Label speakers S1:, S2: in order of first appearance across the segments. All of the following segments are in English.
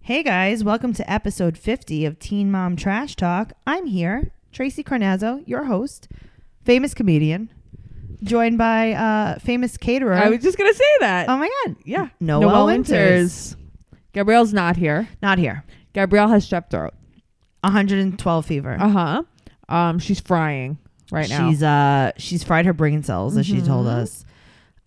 S1: Hey guys, welcome to episode 50 of Teen Mom Trash Talk. I'm here, Tracy Carnazzo, your host, famous comedian, joined by uh, famous caterer.
S2: I was just gonna say that.
S1: oh my God.
S2: yeah,
S1: Noel Winters.
S2: Gabrielle's not here.
S1: Not here.
S2: Gabrielle has strep throat.
S1: 112 fever.
S2: Uh huh. Um, she's frying right now.
S1: Uh-huh. She's uh she's fried her brain cells as she told
S2: Mhm.
S1: us.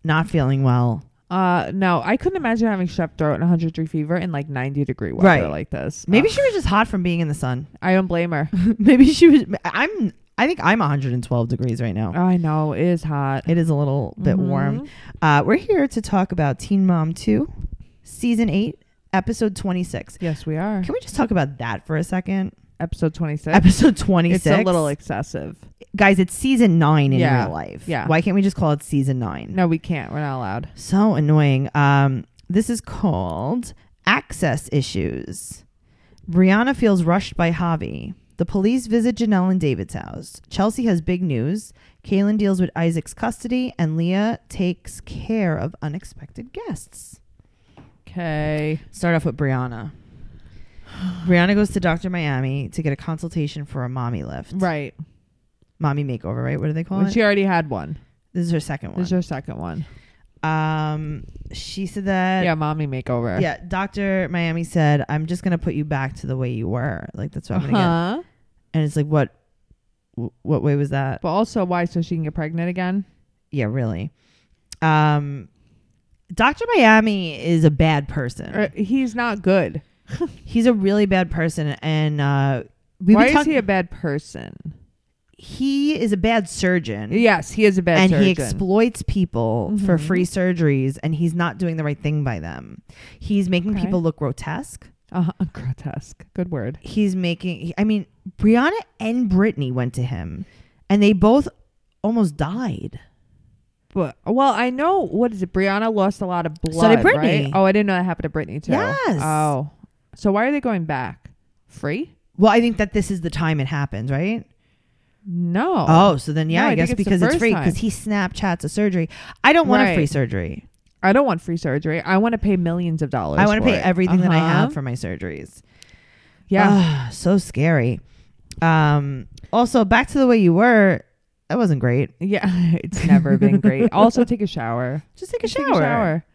S1: Not feeling well.
S2: uh, no, I couldn't imagine having strep throat and 103 fever in like 90 degree weather
S1: Right.
S2: like this.
S1: Maybe
S2: Uh,
S1: she was just hot from being in the sun.
S2: I don't blame her.
S1: Maybe she was I'm I think I'm 112 degrees right now.
S2: I know it is hot.
S1: It is Oh. a little bit warm.
S2: Mhm.
S1: Uh we're here to talk about Teen Mom 2, season 8, episode 26.
S2: Yes, we are.
S1: Can we just talk about that for a second?
S2: Episode 26.
S1: Episode 26.
S2: It's a little excessive.
S1: Guys, it's season 9 in
S2: Yeah.
S1: real life.
S2: Yeah.
S1: Why can't we just call it season 9?
S2: No, we can't. We're not allowed.
S1: So annoying. Um, this is called access issues. Brianna feels rushed by Javi. The police visit Janelle and David's house. Chelsea has big news. Kaylin deals with Isaac's custody, and Leah takes care of unexpected guests.
S2: Okay.
S1: Start off with Brianna. Brianna goes to Dr. Miami to get a consultation for a mommy lift.
S2: Right.
S1: Mommy makeover, right? What do they call
S2: Well,
S1: it?
S2: she already had one.
S1: this is her second
S2: This is
S1: one.
S2: your second one.
S1: um, she said that
S2: yeah, mommy makeover.
S1: Yeah, Doctor Miami said, "I'm just gonna put you back to the way you were. Like that's what I'm gonna get."
S2: Uh-huh.
S1: And it's like, what, wh- what way was that?
S2: But also, why? So she can get pregnant again?
S1: Yeah, really. Um, Doctor Miami is a bad person.
S2: Or- he's not good.
S1: He's a really bad person, and uh, we
S2: why
S1: were
S2: is
S1: talking. Mm-hmm.
S2: he a bad person?
S1: he is a bad surgeon.
S2: Yes, he is a bad
S1: and
S2: surgeon.
S1: he exploits people for
S2: Mhm.
S1: free surgeries, and he's not doing the right thing by them. He's making
S2: Okay.
S1: people look grotesque.
S2: uh, grotesque. Good word.
S1: he's making i mean brianna and brittany went to him and they both almost died
S2: But well, I know what is it? Brianna lost a lot of blood.
S1: So did Brittany.
S2: right? Oh, I didn't know that happened to Brittany too.
S1: Yes.
S2: Oh, so why are they going back? Free?
S1: well i think that this is the time it happens right
S2: No.
S1: oh, so then yeah
S2: No,
S1: i,
S2: I think
S1: guess
S2: it's the
S1: because it's
S2: first
S1: free
S2: time.
S1: because he snapchats a surgery i don't want a free
S2: Right.
S1: surgery
S2: I don't want free surgery. I want to pay millions of dollars.
S1: i want to
S2: for
S1: pay
S2: it.
S1: everything that i
S2: Uh-huh.
S1: have for my surgeries
S2: Yeah.
S1: Ugh, so scary um also back to the way you were that wasn't great
S2: yeah. It's never been great. Also, take a shower.
S1: just take a
S2: Just
S1: shower,
S2: Take a shower.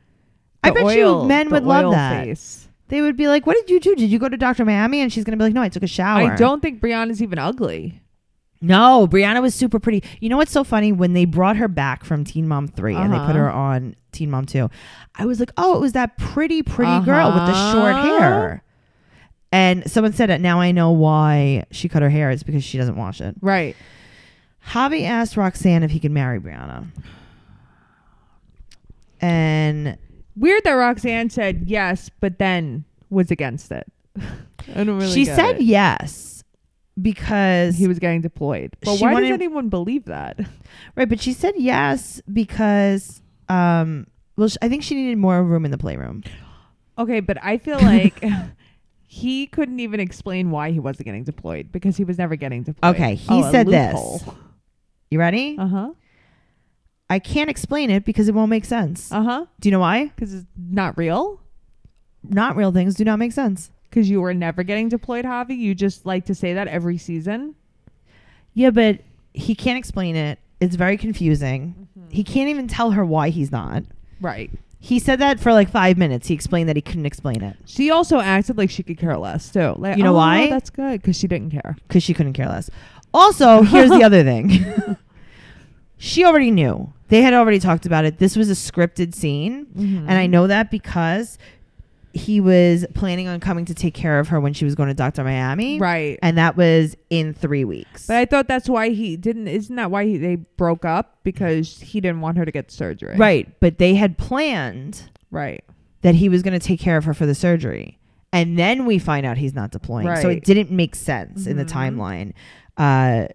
S1: i
S2: The
S1: bet you
S2: oil-
S1: men
S2: the
S1: would love
S2: oil
S1: that
S2: face.
S1: they would be like what did you do did you go to dr miami and she's gonna be like no i took a shower
S2: I don't think Brianna's even ugly.
S1: No, Brianna was super pretty. You know what's so funny? When they brought her back from Teen Mom 3 and they
S2: Uh-huh.
S1: put her on Teen Mom 2, I was like, oh, it was that pretty, pretty girl with the short
S2: Uh-huh.
S1: hair. And someone said it. Now I know why she cut her hair. It's because she doesn't wash it.
S2: Right.
S1: Javi asked Roxanne if he could marry Brianna. And
S2: Weird that Roxanne said yes, but then was against it. I don't really.
S1: she
S2: get
S1: said
S2: it.
S1: yes because
S2: he was getting deployed. But
S1: She
S2: why
S1: wanted-
S2: does anyone believe that?
S1: Right, but she said yes because um well sh- I think she needed more room in the playroom.
S2: Okay, but I feel like he couldn't even explain why he wasn't getting deployed because he was never getting deployed. Oh,
S1: Okay, he said this. You ready?
S2: Uh huh.
S1: I can't explain it because it won't make sense.
S2: Uh huh.
S1: do you know why?
S2: Because it's not real.
S1: Not real things do not make sense.
S2: Because you were never getting deployed, Javi. You just like to say that every season.
S1: Yeah, but he can't explain it. It's very confusing. He can't even tell her why he's not.
S2: Right.
S1: He said that for like five minutes. He explained that he couldn't explain it
S2: She also acted like she could care less too. Like,
S1: You know
S2: "Oh,
S1: why?
S2: That's good because she didn't care.
S1: because she couldn't care less. Also, here's the other thing she already knew. They had already talked about it. This was a scripted scene. And I
S2: Mm.
S1: know that because he was planning on coming to take care of her when she was going to Dr. Miami.
S2: Right.
S1: And that was in three weeks.
S2: But I thought that's why he didn't. Isn't that why he, they broke up? Because he didn't want her to get surgery.
S1: right. But they had planned
S2: Right.
S1: that he was going to take care of her for the surgery. And then we find out he's not deploying. So
S2: Right. Mm-hmm.
S1: it didn't make sense in the timeline. Uh,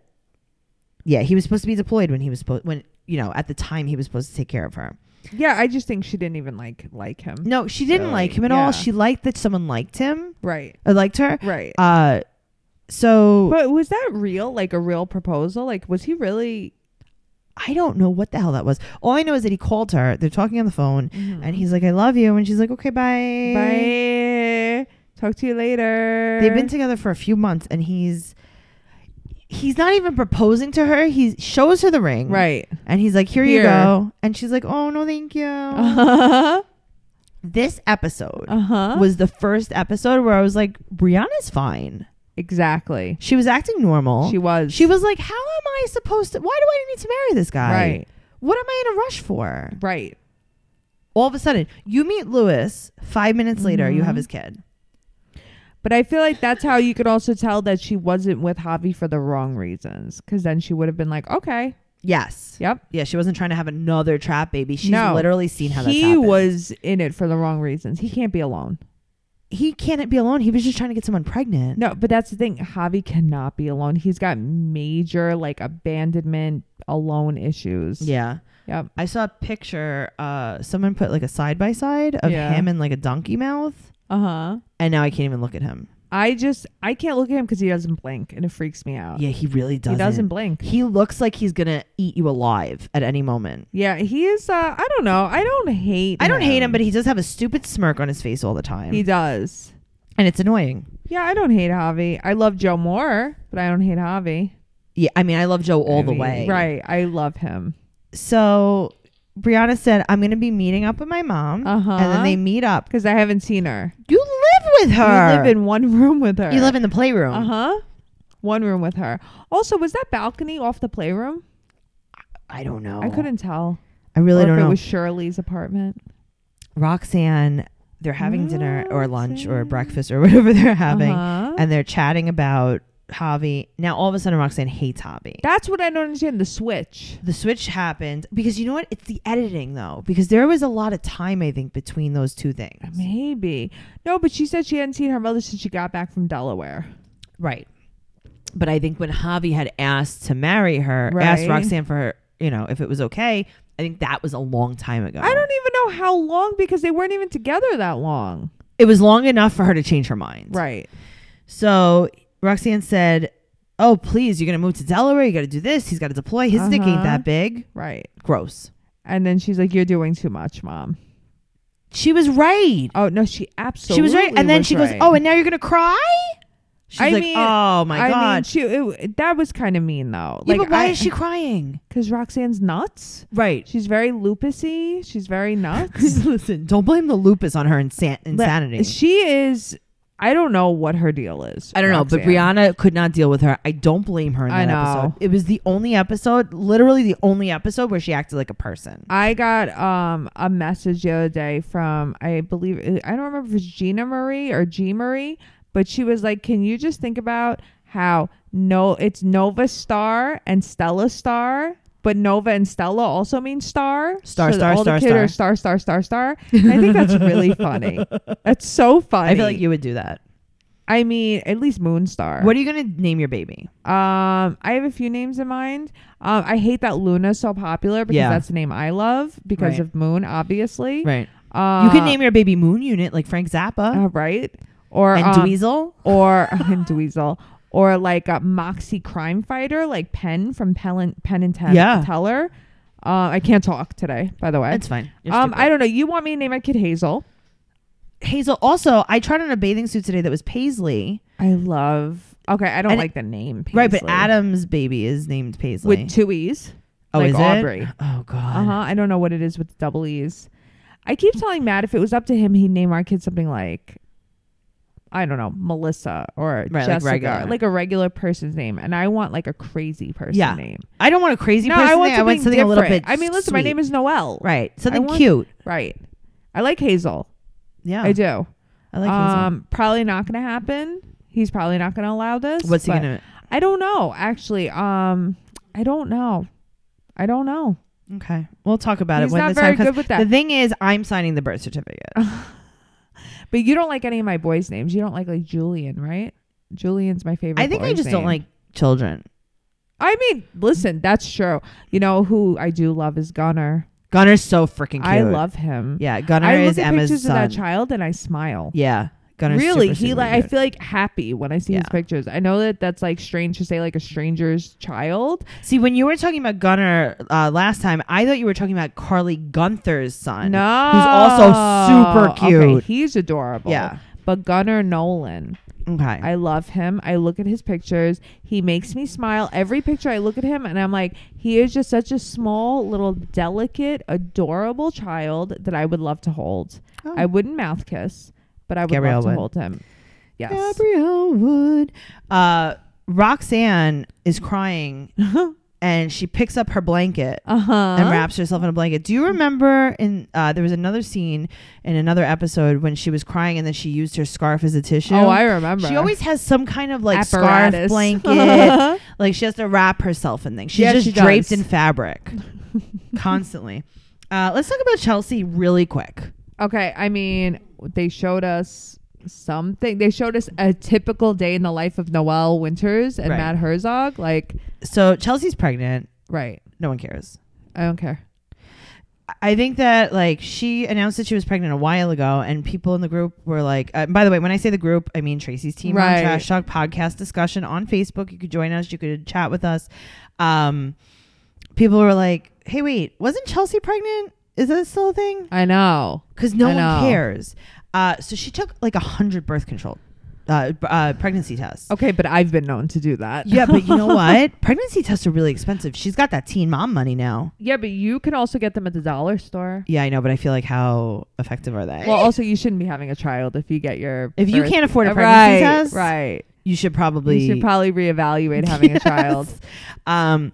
S1: yeah, he was supposed to be deployed when he was supposed when you know at the time he was supposed to take care of her.
S2: Yeah, I just think she didn't even like like him.
S1: No, she didn't
S2: Really?
S1: like him at
S2: Yeah.
S1: all. She liked that someone liked him
S2: Right.
S1: or liked her.
S2: Right.
S1: Uh, so
S2: but was that real? Like a real proposal? Like was he really?
S1: I don't know what the hell that was. All I know is that he called Mm-hmm. her. They're talking on the phone, and he's like, "I love you," and she's like, "Okay, bye,
S2: Bye. Talk to you later.
S1: They've been together for a few months, and he's he's not even proposing to her. He shows her the ring,
S2: right.
S1: And he's like, "Here,
S2: Here.
S1: you go," and she's like, "Oh no, thank you."
S2: Uh huh.
S1: this episode
S2: Uh huh.
S1: Oh. was the first episode where I was like, "Brianna's fine."
S2: exactly.
S1: She was acting normal.
S2: She was.
S1: She was like, "How am I supposed to? Why do I need to marry this guy?
S2: right.
S1: What am I in a rush for?"
S2: Right.
S1: All of a sudden, you meet Lewis. Five minutes later, you
S2: Mhm.
S1: have his kid.
S2: But I feel like that's how you could also tell that she wasn't with Javi for the wrong reasons, because then she would have been like, okay,
S1: Yes.
S2: yep.
S1: Yeah, she wasn't trying to have another trap baby. She's
S2: No.
S1: literally seen how
S2: he
S1: that's happened.
S2: was in it for the wrong reasons. He can't be alone.
S1: He can't be alone. He was just trying to get someone pregnant.
S2: No, but that's the thing. Javi cannot be alone. He's got major like abandonment, alone issues.
S1: Yeah.
S2: Yep.
S1: I saw a picture. Uh, someone put like a side by side of
S2: Yeah.
S1: him and like a donkey mouth,
S2: Uh huh.
S1: and now I can't even look at him.
S2: I just I can't look at him because he doesn't blink, and it freaks me out.
S1: Yeah, he really doesn't.
S2: Uh, He doesn't blink.
S1: He looks like he's gonna eat you alive at any moment.
S2: Yeah, he is. Uh, I don't know. I don't hate.
S1: I don't hate him, but he does have a stupid smirk on his face all the time,
S2: he does.
S1: and it's annoying.
S2: Yeah, I don't hate Javi. I love Joe Moore, but I don't hate Javi.
S1: Yeah, I mean, I love Joe all
S2: I
S1: the
S2: mean,
S1: way.
S2: Right. I love him.
S1: So Brianna said, "I'm gonna be meeting up with my mom,"
S2: Uh-huh.
S1: and then they meet up.
S2: Because I haven't seen her.
S1: You live with her.
S2: You live in one room with her.
S1: You live in the playroom.
S2: Uh huh. One room with her. Also, was that balcony off the playroom?
S1: I don't know.
S2: I couldn't tell.
S1: I really
S2: or
S1: don't
S2: if
S1: know.
S2: it was Shirley's apartment.
S1: Roxanne, they're having dinner or lunch or
S2: Roxanne.
S1: breakfast or whatever they're having,
S2: Uh-huh.
S1: and they're chatting about Javi. Now all of a sudden, Roxanne hates Javi.
S2: That's what I don't understand. The switch.
S1: the switch happened because you know what? It's the editing though, because there was a lot of time I think between those two things.
S2: Maybe. No, but she said she hadn't seen her mother since she got back from Delaware.
S1: Right. But I think when Javi had asked to marry her, asked
S2: Right.
S1: Roxanne for her, you know, if it was okay, I think that was a long time ago.
S2: I don't even know how long because they weren't even together that long.
S1: It was long enough for her to change her mind.
S2: Right.
S1: So Roxanne said, "Oh, please, you're gonna move to Delaware. You got to do this. He's got to deploy. His dick ain't
S2: Uh-huh.
S1: that big.
S2: Right.
S1: Gross."
S2: And then she's like, You're doing too much, mom.
S1: She was right.
S2: Oh, no, she absolutely
S1: she was right. And then
S2: was
S1: she goes,
S2: right.
S1: "Oh, and now you're gonna cry." She's
S2: I
S1: like,
S2: mean-
S1: "Oh my
S2: I
S1: god."
S2: mean, she, it, that was kind of mean though.
S1: yeah, but why
S2: I-
S1: is she crying?
S2: Because Roxanne's nuts.
S1: Right.
S2: She's very lupusy. She's very nuts.
S1: Listen, don't blame the lupus on her insan-
S2: But
S1: insanity.
S2: She is. I don't know what her deal is.
S1: I don't know, but
S2: Roxanne.
S1: Brianna could not deal with her. I don't blame her in
S2: I
S1: that
S2: know.
S1: episode. It was the only episode, literally the only episode where she acted like a person.
S2: I got um a message the other day from I believe I don't remember if it's Gina Marie or G Marie, but she was like, "Can you just think about how no, it's Nova Star and Stella Star." But Nova and Stella also mean star.
S1: Star,
S2: so
S1: star,
S2: all
S1: star,
S2: the kid
S1: star.
S2: Are star, star, star, star. And I think that's really funny. That's so funny.
S1: I feel like you would do that.
S2: I mean, at least Moonstar.
S1: What are you gonna name your baby?
S2: Um, I have a few names in mind. Um, I hate that Luna's so popular because
S1: Yeah.
S2: that's the name I love because
S1: Right.
S2: of Moon, obviously.
S1: Right.
S2: Uh,
S1: You could name your baby Moon Unit like Frank Zappa
S2: uh, right or
S1: and
S2: um,
S1: Dweezil.
S2: or and Dweezil or like a Moxie crime fighter like Penn from Penn Penn and Ten
S1: Yeah.
S2: Teller. Uh, I can't talk today, by the way.
S1: It's fine. You're
S2: Um,
S1: stupid.
S2: I don't know. You want me to name my kid Hazel?
S1: Hazel. Also, I tried on a bathing suit today that was Paisley.
S2: I love. Okay, I don't
S1: And-
S2: like the name.
S1: Right, but
S2: Paisley.
S1: Adam's baby is named Paisley.
S2: with two e's.
S1: oh,
S2: like
S1: is
S2: Aubrey.
S1: it? Oh God.
S2: Uh huh. I don't know what it is with the double E's. I keep telling Matt if it was up to him, he'd name our kid something like, I don't know, Melissa or
S1: like
S2: Jessica, like,
S1: regular.
S2: a regular person's name. And I want like a crazy person
S1: Yeah.
S2: name.
S1: I don't want a crazy
S2: no,
S1: person.
S2: I want,
S1: I want something
S2: different.
S1: a little bit.
S2: I mean, listen, my
S1: sweet.
S2: name is Noelle.
S1: right. Something
S2: want-
S1: cute.
S2: Right. I like Hazel.
S1: Yeah,
S2: I do.
S1: Oh. I like
S2: um, probably not going to happen. He's probably not going to allow this.
S1: Hazel. What's he
S2: but-
S1: gonna?
S2: I don't know. Actually, um, I don't know. I don't know.
S1: Okay, we'll talk about
S2: He's
S1: it when
S2: not
S1: the
S2: very
S1: time comes.
S2: good with that. Oh,
S1: The thing is, I'm signing the birth certificate.
S2: But you don't like any of my boys' names. You don't like like Julian, right? Julian's my favorite.
S1: I think I
S2: boy's
S1: just don't
S2: name.
S1: like children.
S2: I mean, listen, that's true. You know who I do love is Gunner.
S1: Gunner's so freaking cute.
S2: I love him.
S1: Yeah, Gunner
S2: I look
S1: is
S2: at
S1: Emma's
S2: pictures
S1: son.
S2: of that child and I smile.
S1: Yeah, Gunner's
S2: really,
S1: super,
S2: he
S1: super
S2: like I
S1: cute.
S2: feel like happy when I see his
S1: Yeah.
S2: pictures. I know that that's like strange to say like a stranger's child.
S1: See, when you were talking about Gunner uh, last time, I thought you were talking about Carly Gunther's son.
S2: No,
S1: Who's also super
S2: Okay,
S1: cute.
S2: he's adorable.
S1: Yeah.
S2: but Gunnar Nolan.
S1: Okay.
S2: I love him. I look at his pictures. He makes me smile. Every picture I look at him and I'm like, he is just such a small, little, delicate, adorable child that I would love to hold.
S1: Oh.
S2: I wouldn't mouth kiss, but I would
S1: Gabrielle
S2: love to
S1: would.
S2: hold him. Yes.
S1: Gabrielle Wood. Uh, Roxanne is crying and she picks up her blanket
S2: uh-huh.
S1: and wraps herself in a blanket. Do you remember in uh, there was another scene in another episode when she was crying and then she used her scarf as a tissue?
S2: Oh, I remember.
S1: She always has some kind of like
S2: Apparatus.
S1: scarf blanket. like she has to wrap herself in things. She's
S2: Yeah,
S1: just
S2: she does.
S1: draped in fabric constantly. Uh, let's talk about Chelsea really quick.
S2: Okay, I mean, they showed us something. They showed us a typical day in the life of Noelle Winters and
S1: Right.
S2: Matt Herzog. Like,
S1: So Chelsea's pregnant.
S2: right.
S1: No one cares.
S2: I don't care.
S1: I think that like she announced that she was pregnant a while ago, and people in the group were like, uh, by the way, when I say the group, I mean Tracy's team
S2: Right.
S1: on Trash Talk podcast discussion on Facebook. You could join us, you could chat with us. Um, people were like, hey, wait, wasn't Chelsea pregnant? Is that still a thing?
S2: I know.
S1: Because no
S2: I
S1: one
S2: know.
S1: cares. Uh, so she took like a hundred birth control, uh, b- uh, pregnancy tests.
S2: Okay, but I've been known to do that.
S1: Yeah, but you know what? Pregnancy tests are really expensive. She's got that teen mom money now.
S2: Yeah, but you can also get them at the dollar store.
S1: Yeah, I know, but I feel like how effective are they?
S2: Well, also you shouldn't be having a child if you get your
S1: If you
S2: birth-
S1: can't afford a
S2: Uh,
S1: pregnancy
S2: right,
S1: test,
S2: right?
S1: you should probably.
S2: You should probably reevaluate having
S1: Yes.
S2: a child.
S1: Um,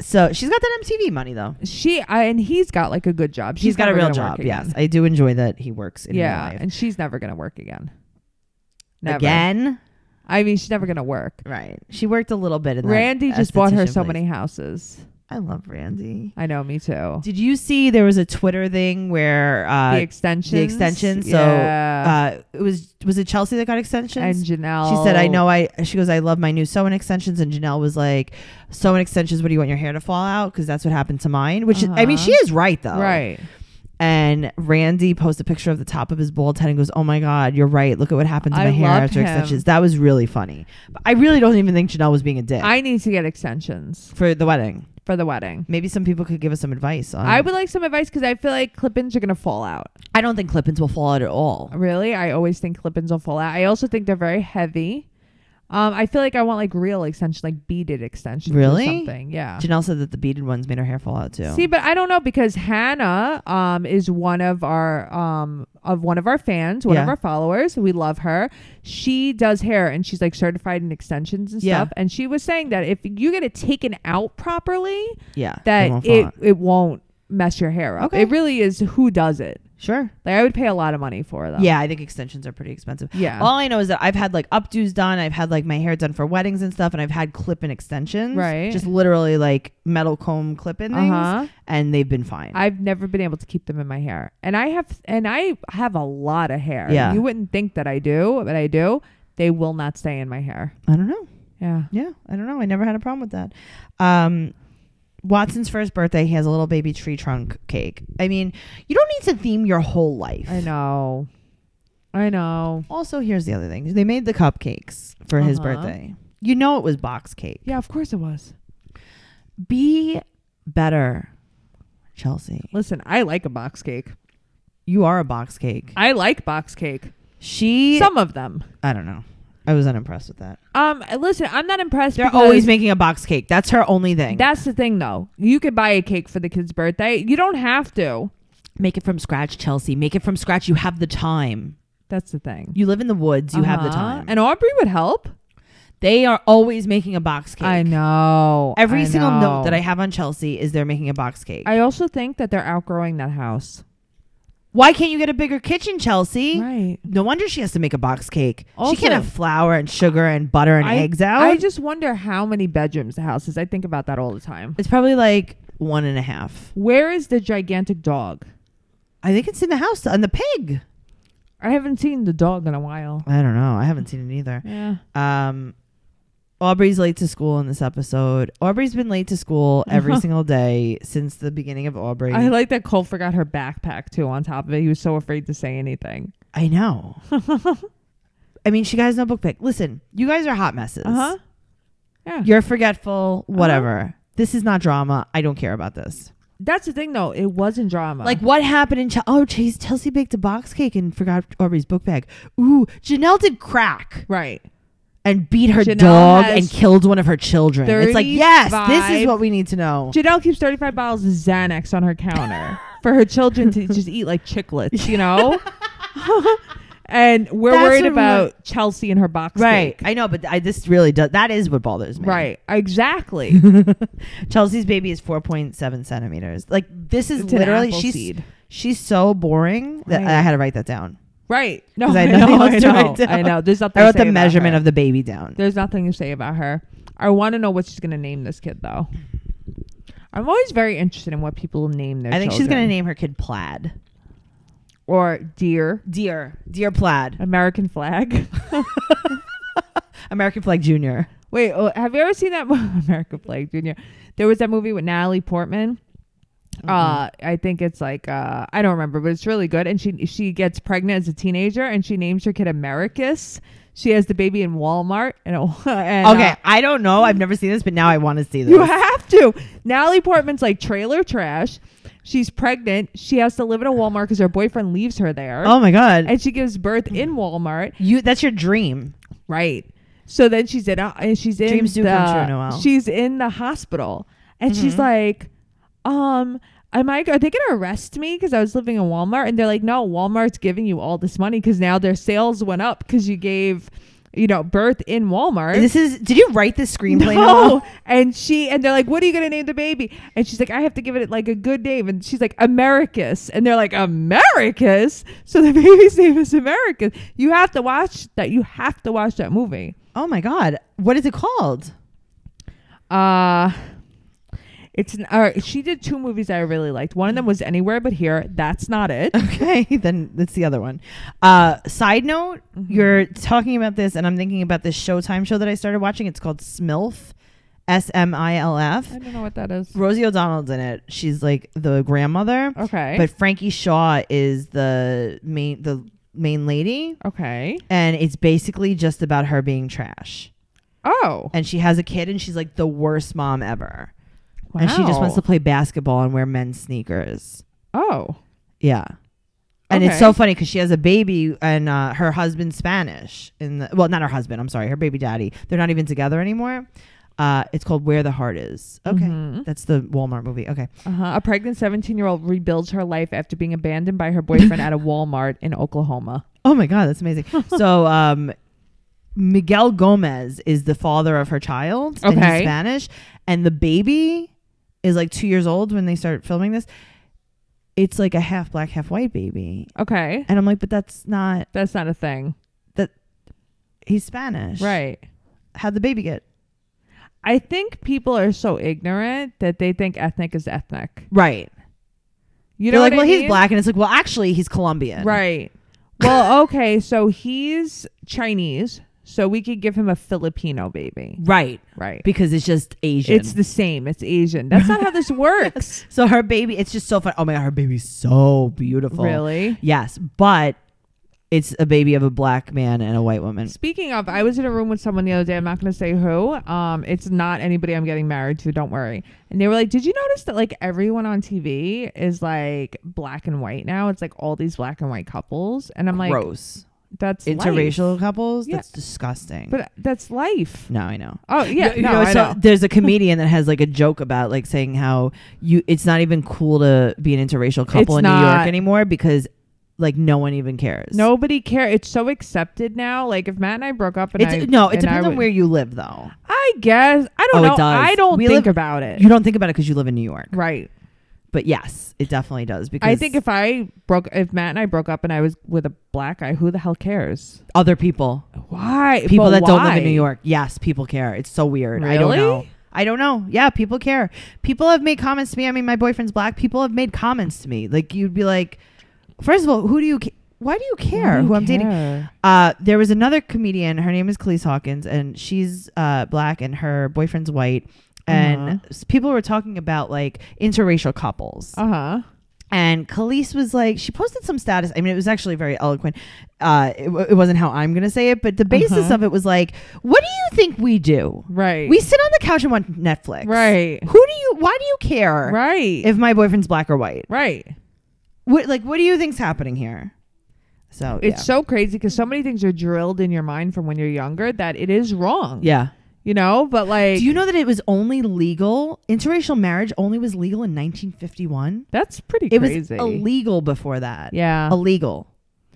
S1: so she's got that MTV money though.
S2: She uh, and he's got like a good job.
S1: she's got a
S2: never
S1: real
S2: gonna work
S1: job. Yes,
S2: again.
S1: I do enjoy that he works in
S2: yeah,
S1: real life.
S2: and she's never gonna work again. Never.
S1: Again,
S2: I mean, she's never gonna work.
S1: right? She worked a little bit. in that
S2: Randy just bought her
S1: esthetician
S2: so
S1: place.
S2: many houses.
S1: I love Randy.
S2: I know, me too.
S1: Did you see there was a Twitter thing where
S2: the
S1: uh,
S2: extensions.
S1: the extension? So
S2: yeah.
S1: uh, it was was it Chelsea that got extensions?
S2: and Janelle.
S1: She said, "I know. I." She goes, "I love my new sew-in extensions." And Janelle was like, "Sew-in extensions. What do you want your hair to fall out? Because that's what happened to mine." Which is, I mean,
S2: Uh-huh.
S1: she is right though.
S2: Right.
S1: And Randy posts a picture of the top of his bald head and goes, "Oh my God, you're right. Look at what happened to
S2: I
S1: my hair
S2: loved
S1: after
S2: him.
S1: extensions." That was really funny. But I really don't even think Janelle was being a dick
S2: I need to get extensions
S1: for the wedding.
S2: for the wedding.
S1: Maybe some people could give us some advice on.
S2: I would like some advice because I feel like clip-ins are gonna fall out.
S1: I don't think clip-ins will fall out at all.
S2: Really, I always think clip-ins will fall out. I also think they're very heavy. Um, I feel like I want like real extension, like beaded extensions.
S1: Really?
S2: Or something. Yeah.
S1: Janelle said that the beaded ones made her hair fall out too.
S2: See, but I don't know because Hannah um, is one of our um, of one of our fans, one of
S1: Yeah.
S2: our followers. We love her. She does hair and she's like certified in extensions and
S1: Yeah.
S2: stuff. And she was saying that if you get it taken out properly,
S1: yeah, they
S2: that
S1: won't
S2: it
S1: fall
S2: it,
S1: out.
S2: won't mess your hair up.
S1: Okay.
S2: It really is who does it.
S1: sure.
S2: Like I would pay a lot of money for them.
S1: Yeah, I think extensions are pretty expensive.
S2: Yeah.
S1: All I know is that I've had like updos done. I've had like my hair done for weddings and stuff, and I've had clip-in extensions,
S2: Right.
S1: Just literally like metal comb clip-in things,
S2: Uh-huh.
S1: and they've been fine.
S2: I've never been able to keep them in my hair. And I have and I have a lot of hair.
S1: Yeah.
S2: You wouldn't think that I do, but I do. They will not stay in my hair.
S1: I don't know.
S2: Yeah.
S1: Yeah, I don't know. I never had a problem with that. Um, Watson's first birthday, he has a little baby tree trunk cake. I mean, you don't need to theme your whole life.
S2: I know. I know.
S1: Also, here's the other thing: they made the cupcakes for his
S2: Uh-huh.
S1: birthday. You know, it was box cake.
S2: Yeah, of course it was.
S1: Be better, Chelsea.
S2: Listen, I like a box cake.
S1: You are a box cake.
S2: I like box cake.
S1: She
S2: Some of them.
S1: I don't know. I was unimpressed with that.
S2: Um, listen, I'm not impressed.
S1: They're
S2: because
S1: always making a box cake. That's her only thing.
S2: That's the thing, though. You could buy a cake for the kid's birthday. You don't have to.
S1: Make it from scratch, Chelsea. Make it from scratch. You have the time.
S2: That's the thing.
S1: You live in the woods. You have the
S2: Uh-huh.
S1: time. And
S2: And Aubrey would help.
S1: they are always making a box cake.
S2: I know.
S1: Every
S2: I
S1: single
S2: know.
S1: note that I have on Chelsea is they're making a box cake.
S2: I also think that they're outgrowing that house.
S1: Why can't you get a bigger kitchen, Chelsea?
S2: Right.
S1: No wonder she has to make a box cake.
S2: Also-
S1: she can't have flour and sugar and butter and
S2: I,
S1: eggs out.
S2: I just wonder how many bedrooms the house is. I think about that all the time.
S1: it's probably like one and a half.
S2: Where is the gigantic dog?
S1: I think it's in the house on the pig.
S2: I haven't seen the dog in a while.
S1: I don't know. I haven't seen it either.
S2: Yeah.
S1: Um, Aubrey's late to school in this episode. Aubrey's been late to school every single day since the beginning of Aubrey.
S2: I like that Cole forgot her backpack too on top of it. He was so afraid to say anything.
S1: I know. I mean, she guys no book pick. Listen, you guys are hot messes.
S2: Uh-huh. Yeah.
S1: You're forgetful, whatever. This is not drama. I don't care about this.
S2: That's the thing, though. It wasn't drama.
S1: Like what happened in Chelsea? Oh, geez, Chelsea baked a box cake and forgot Aubrey's book bag. Ooh, Janelle did crack
S2: right.
S1: and beat her
S2: Janelle
S1: dog
S2: has
S1: and killed one of her children. It's like yes, this is
S2: 35
S1: what we need to know.
S2: Janelle keeps 35 bottles of Xanax on her counter for her children to just eat like chiclets, you know? and we're
S1: That's
S2: worried
S1: what we
S2: about Chelsea and her box
S1: Right,
S2: cake.
S1: I know, but I, this really does. That is what bothers me.
S2: Right. Exactly.
S1: Chelsea's baby is four point seven centimeters. Like this is
S2: It's an
S1: literally
S2: apple
S1: she's
S2: seed.
S1: she's so boring that
S2: Right.
S1: I had to write that down.
S2: Right. No,
S1: 'Cause I
S2: I
S1: know
S2: know.
S1: it's
S2: I know.
S1: right down.
S2: I know. There's nothing
S1: I
S2: to
S1: wrote
S2: say
S1: the
S2: about
S1: measurement
S2: her.
S1: of the baby down.
S2: There's nothing to say about her. I want to know what she's going to name this kid, though. I'm always very interested in what people name their
S1: I think she's gonna
S2: children.
S1: name her kid Plaid.
S2: Or deer.
S1: Dear, dear Plaid,
S2: American flag.
S1: American Flag Junior.
S2: Wait, oh, have you ever seen that movie? America Plague Junior? There was that movie with Natalie Portman.
S1: Mm-hmm.
S2: Uh, I think it's like uh, I don't remember, but it's really good. And she she gets pregnant as a teenager, and she names her kid Americus. She has the baby in Walmart, and, and
S1: Okay,
S2: uh,
S1: I don't know. I've never seen this, but now I want to see this.
S2: you have to. Natalie Portman's like trailer trash. She's pregnant. She has to live at a Walmart because her boyfriend leaves her there,
S1: oh my god,
S2: and she gives birth in Walmart.
S1: you that's your dream.
S2: Right. So then she's in. A, she's in.
S1: Dreams
S2: the,
S1: do come true, Noelle. Mm-hmm.
S2: She's in the hospital, and she's like, "Um, am I? Are they gonna arrest me because I was living in Walmart?" And they're like, "No, Walmart's giving you all this money because now their sales went up because you gave, you know, birth in Walmart."
S1: This is. Did you write this screenplay?
S2: no,
S1: Noelle?
S2: and she and they're like, "What are you gonna name the baby?" And she's like, "I have to give it like a good name." And she's like, "Americus," and they're like, "Americus." So the baby's name is Americus. You have to watch that. You have to watch that movie.
S1: Oh my god, what is it called?
S2: Uh it's an, uh, she did two movies that I really liked. One of them was Anywhere But Here. That's not it.
S1: Okay, then that's the other one. Uh, side note, you're talking about this, and I'm thinking about this Showtime show that I started watching. It's called Smilf, S M I L F.
S2: I don't know what that is.
S1: Rosie O'Donnell's in it. She's like the grandmother,
S2: Okay.
S1: but Frankie Shaw is the main the main lady,
S2: okay.
S1: and it's basically just about her being trash.
S2: Oh.
S1: And she has a kid, and she's like the worst mom ever. And she just wants to play basketball and wear men's sneakers.
S2: Oh.
S1: Yeah. And it's
S2: Okay.
S1: so funny because she has a baby and uh, her husband's Spanish. In the, well, not her husband. I'm sorry, her baby daddy. They're not even together anymore. Uh, it's called Where the Heart Is. Okay,
S2: Mhm.
S1: that's the Walmart movie. Okay,
S2: Uh-huh. A pregnant 17-year-old rebuilds her life after being abandoned by her boyfriend at a Walmart in Oklahoma.
S1: Oh my god, that's amazing. so um Miguel Gomez is the father of her child and he's
S2: Okay.
S1: Spanish and the baby is like 2 years old when they start filming this. It's like a half black, half white baby.
S2: Okay.
S1: And I'm like, but that's not
S2: That's not a thing.
S1: he's Spanish.
S2: Right.
S1: How'd the baby get?
S2: I think people are so ignorant that they think ethnic is ethnic.
S1: Right.
S2: You
S1: They're
S2: know
S1: like,
S2: what I
S1: well, he's
S2: mean?
S1: black and it's like, well, actually he's Colombian.
S2: Right. Well, okay, so he's Chinese, so we could give him a Filipino baby.
S1: Right.
S2: Right.
S1: Because it's just Asian.
S2: It's the same. It's Asian. That's not how this works.
S1: so her baby, it's just so fun. Oh my god, her baby's so beautiful.
S2: really?
S1: Yes, but it's a baby of a black man and a white woman.
S2: Speaking of, I was in a room with someone the other day. I'm not going to say who. Um, it's not anybody I'm getting married to. Don't worry. And they were like, "Did you notice that like everyone on TV is like black and white now? It's like all these black and white couples." And I'm like,
S1: Gross.
S2: "That's
S1: Interracial
S2: life.
S1: couples?
S2: Yeah.
S1: That's disgusting.
S2: but that's life."
S1: no, I know.
S2: Oh yeah,
S1: You- you
S2: no,
S1: know,
S2: I
S1: so
S2: know.
S1: there's a comedian that has like a joke about like saying how you it's not even cool to be an interracial couple
S2: It's
S1: in New York
S2: not.
S1: anymore because like no one even cares.
S2: Nobody care. It's so accepted now. Like if Matt and I broke up, and
S1: It's,
S2: I
S1: no, it
S2: and I
S1: depends on
S2: would-
S1: where you live though.
S2: I guess I don't
S1: Oh, it
S2: know.
S1: does.
S2: I don't
S1: We
S2: think
S1: live-
S2: about it.
S1: You don't think about it because you live in New York.
S2: right.
S1: But yes, it definitely does because
S2: I think if I broke, if Matt and I broke up, and I was with a black guy, who the hell cares?
S1: other people
S2: Why
S1: people
S2: But
S1: that don't live in
S2: why?
S1: New York. Yes, people care. It's so weird. I don't
S2: Really?
S1: know. I don't know. Yeah, people care. People have made comments to me. I mean, my boyfriend's black. People have made comments to me. Like you'd be like, first of all, who do you? Ca- why do you
S2: Why
S1: care
S2: do you
S1: who I'm dating?
S2: care?
S1: Uh, there was another comedian. Her name is Khalees Hawkins, and she's uh, black, and her boyfriend's white. And
S2: Uh-huh.
S1: s- people were talking about like interracial couples,
S2: Uh huh.
S1: And Khalees was like, she posted some status. I mean, it was actually very eloquent. Uh, it, w- it wasn't how I'm going to say it, but the basis
S2: Uh-huh.
S1: of it was like, what do you think we do?
S2: Right.
S1: We sit on the couch and watch Netflix.
S2: right.
S1: Who do you, why do you care
S2: Right.
S1: if my boyfriend's black or white?
S2: right.
S1: What, like, what do you think's happening here? So,
S2: It's
S1: yeah.
S2: so crazy because so many things are drilled in your mind from when you're younger that it is wrong.
S1: yeah.
S2: You know, but like
S1: Do you know that it was only legal? Interracial marriage only was legal in 1951.
S2: that's pretty
S1: It was
S2: crazy.
S1: illegal before that.
S2: yeah.
S1: Illegal.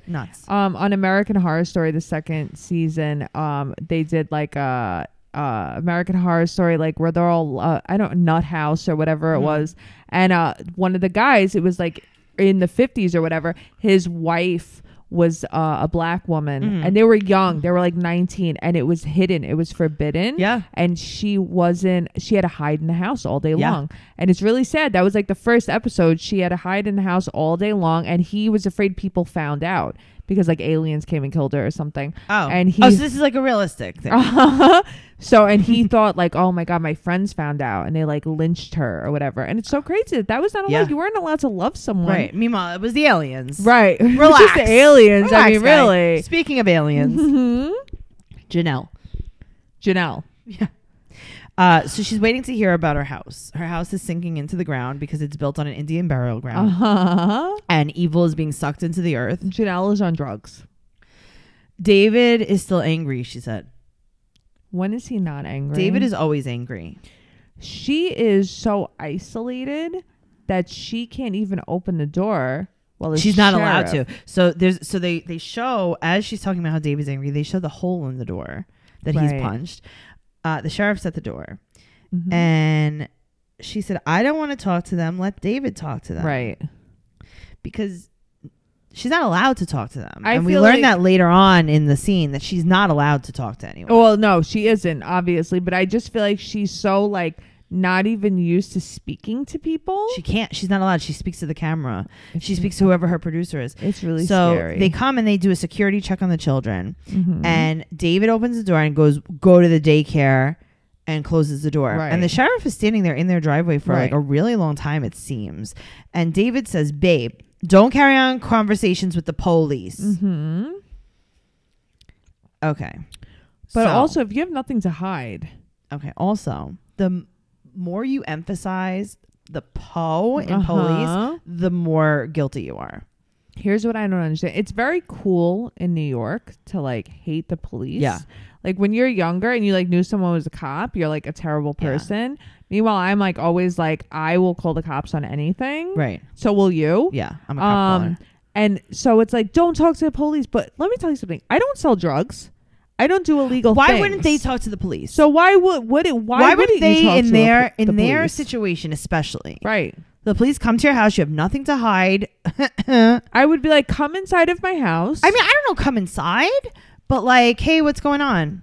S1: Nuts.
S2: um on American Horror Story the second season, um they did like a uh, American Horror Story, like where they're all, uh, I don't Nut House or whatever it
S1: Mhm.
S2: was, and uh, one of the guys, it was like in the fifties or whatever. His wife was uh, a black woman,
S1: Mhm.
S2: and they were young; they were like nineteen, and it was hidden, it was forbidden.
S1: Yeah.
S2: and she wasn't she had to hide in the house all day
S1: Yeah.
S2: long and it's really sad that was like the first episode she had to hide in the house all day long and he was afraid people found out because like aliens came and killed her or something
S1: Oh.
S2: and he
S1: oh, so this is like a realistic thing.
S2: so and he thought like oh my god my friends found out and they like lynched her or whatever and it's so crazy that that was not allowed
S1: Yeah.
S2: you weren't allowed to love someone
S1: Right. Meanwhile, it was the aliens.
S2: right It's
S1: Relax.
S2: just the aliens i
S1: Relax,
S2: mean
S1: guy.
S2: really
S1: Speaking of aliens,
S2: Mhm.
S1: Janelle.
S2: janelle
S1: Uh, so she's waiting to hear about her house. Her house is sinking into the ground because it's built on an Indian burial ground,
S2: uh-huh
S1: and evil is being sucked into the earth.
S2: janelle is on drugs
S1: David is still angry. She said.
S2: when is he not angry
S1: David is always angry.
S2: she is so isolated that she can't even open the door. Well,
S1: she's not allowed to. So there's so they they show as she's talking about how David's angry. They show the hole in the door that
S2: Right.
S1: he's punched. Uh, the sheriff's at the door,
S2: Mhm.
S1: and she said, "I don't want to talk to them. Let David talk to them."
S2: Right.
S1: because she's not allowed to talk to them.
S2: I
S1: and we
S2: feel
S1: learn
S2: like-
S1: that later on in the scene that she's not allowed to talk to anyone.
S2: Well, no, she isn't obviously, but I just feel like she's so like not even used to speaking to people.
S1: She can't. She's not allowed. She speaks to the camera. She speaks to whoever her producer is.
S2: It's really
S1: so
S2: scary.
S1: they come and they do a security check on the children.
S2: Mhm.
S1: And David opens the door and goes, "Go to the daycare." And closes the door.
S2: Right.
S1: And the sheriff is standing there in their driveway for like
S2: Right.
S1: a really long time, it seems. And David says, Babe, don't carry on conversations with the police.
S2: Mhm.
S1: Okay.
S2: But
S1: So-
S2: also, if you have nothing to hide,
S1: Okay. Also, the m- more you emphasize the po in police,
S2: Uh-huh.
S1: the more guilty you are.
S2: Here's what I don't understand. It's very cool in New York to like hate the police.
S1: Yeah.
S2: Like when you're younger and you like knew someone was a cop, you're like a terrible
S1: Yeah.
S2: person. Meanwhile, I'm like always like I will call the cops on anything.
S1: Right.
S2: So will you.
S1: Yeah. I'm a cop
S2: Um
S1: caller.
S2: and so it's like don't talk to the police, but let me tell you something. I don't sell drugs. I don't do illegal
S1: Why
S2: things.
S1: wouldn't they talk to the police?
S2: So why would would it why,
S1: why, would
S2: wouldn't you
S1: they
S2: talk to
S1: in
S2: the
S1: their
S2: po-
S1: in
S2: the
S1: their
S2: police?
S1: situation especially?
S2: Right.
S1: The police come to your house, you have nothing to hide. I mean,
S2: I would be like come inside of my house.
S1: I don't know, come inside, but like, hey, what's going on?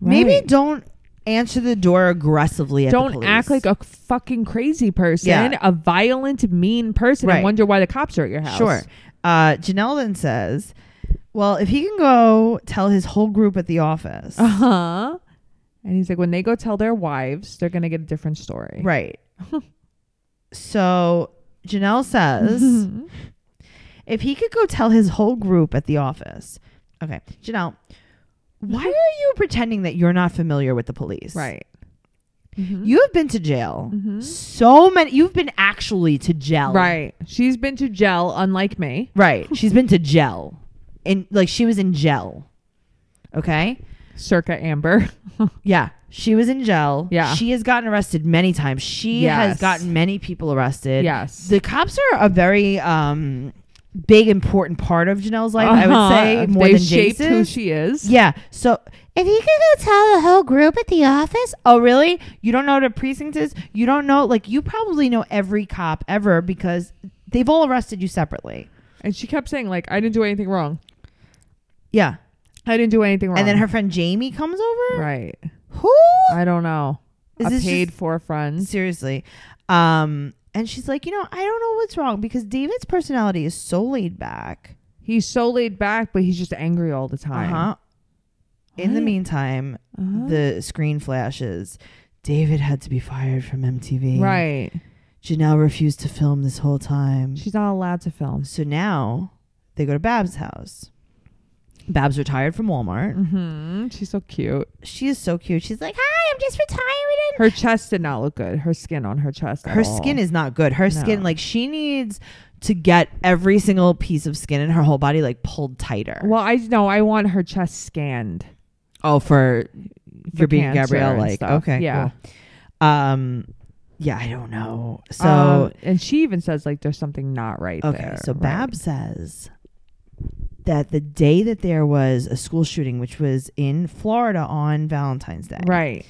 S1: Maybe
S2: Right.
S1: don't answer the door aggressively at the
S2: don't act
S1: police.
S2: like a fucking crazy person,
S1: Yeah.
S2: a violent, mean person, and
S1: Right.
S2: wonder why the cops are at your house.
S1: Sure. Uh, Janelle then says, well, if he can go tell his whole group at the office.
S2: Uh huh. And he's like, when they go tell their wives, they're gonna get a different story.
S1: Right. so Janelle says,
S2: Mhm.
S1: if he could go tell his whole group at the office. Okay. Janelle, why are you pretending that you're not familiar with the police?
S2: right. Mhm.
S1: You have been to jail.
S2: Mhm.
S1: So many. You've been actually to jail.
S2: Right. She's been to jail, unlike me.
S1: Right. She's been to jail. And like she was in jail. Okay.
S2: Circa Amber.
S1: Yeah. She was in jail.
S2: Yeah.
S1: She has gotten arrested many times. She
S2: Yes.
S1: has gotten many people arrested.
S2: yes.
S1: The cops are a very um big important part of Janelle's life, I
S2: Uh-huh.
S1: would say, more
S2: they
S1: than
S2: shaped who
S1: Jace's.
S2: she is.
S1: yeah. So if you could go tell the whole group at the office, oh really? You don't know what a precinct is? You don't know like you probably know every cop ever because they've all arrested you separately.
S2: And she kept saying, like, I didn't do anything wrong.
S1: Yeah.
S2: I didn't do anything wrong.
S1: And then her friend Jamie comes over.
S2: Right.
S1: Who
S2: I don't know.
S1: Is
S2: a
S1: this
S2: paid
S1: just-
S2: for friend.
S1: Seriously. Um, and she's like, you know, I don't know what's wrong because David's personality is so laid back.
S2: He's so laid back, but he's just angry all the
S1: Uh
S2: time.
S1: huh. In the
S2: What?
S1: meantime,
S2: Uh-huh.
S1: the screen flashes. David had to be fired from MTV.
S2: Right.
S1: Janelle refused to film this whole time.
S2: She's not allowed to film.
S1: So now they go to Bab's house. Bab's retired from Walmart.
S2: hmm She's so cute.
S1: She is so cute. She's like, "Hi, I'm just retired."
S2: Her chest did not look good. Her skin on her chest. at
S1: her
S2: all.
S1: skin is not good. Her skin,
S2: No.
S1: like, she needs to get every single piece of skin in her whole body like pulled tighter.
S2: Well, I know. I want her chest scanned.
S1: oh, for
S2: for
S1: you're being
S2: cancer
S1: Gabrielle,
S2: and
S1: like,
S2: stuff.
S1: okay,
S2: yeah.
S1: cool. Um, yeah, I don't know. So
S2: Um, and she even says like there's something not right
S1: Okay,
S2: there.
S1: so
S2: Um, right?
S1: Bab says that the day that there was a school shooting, which was in Florida on Valentine's Day,
S2: Right.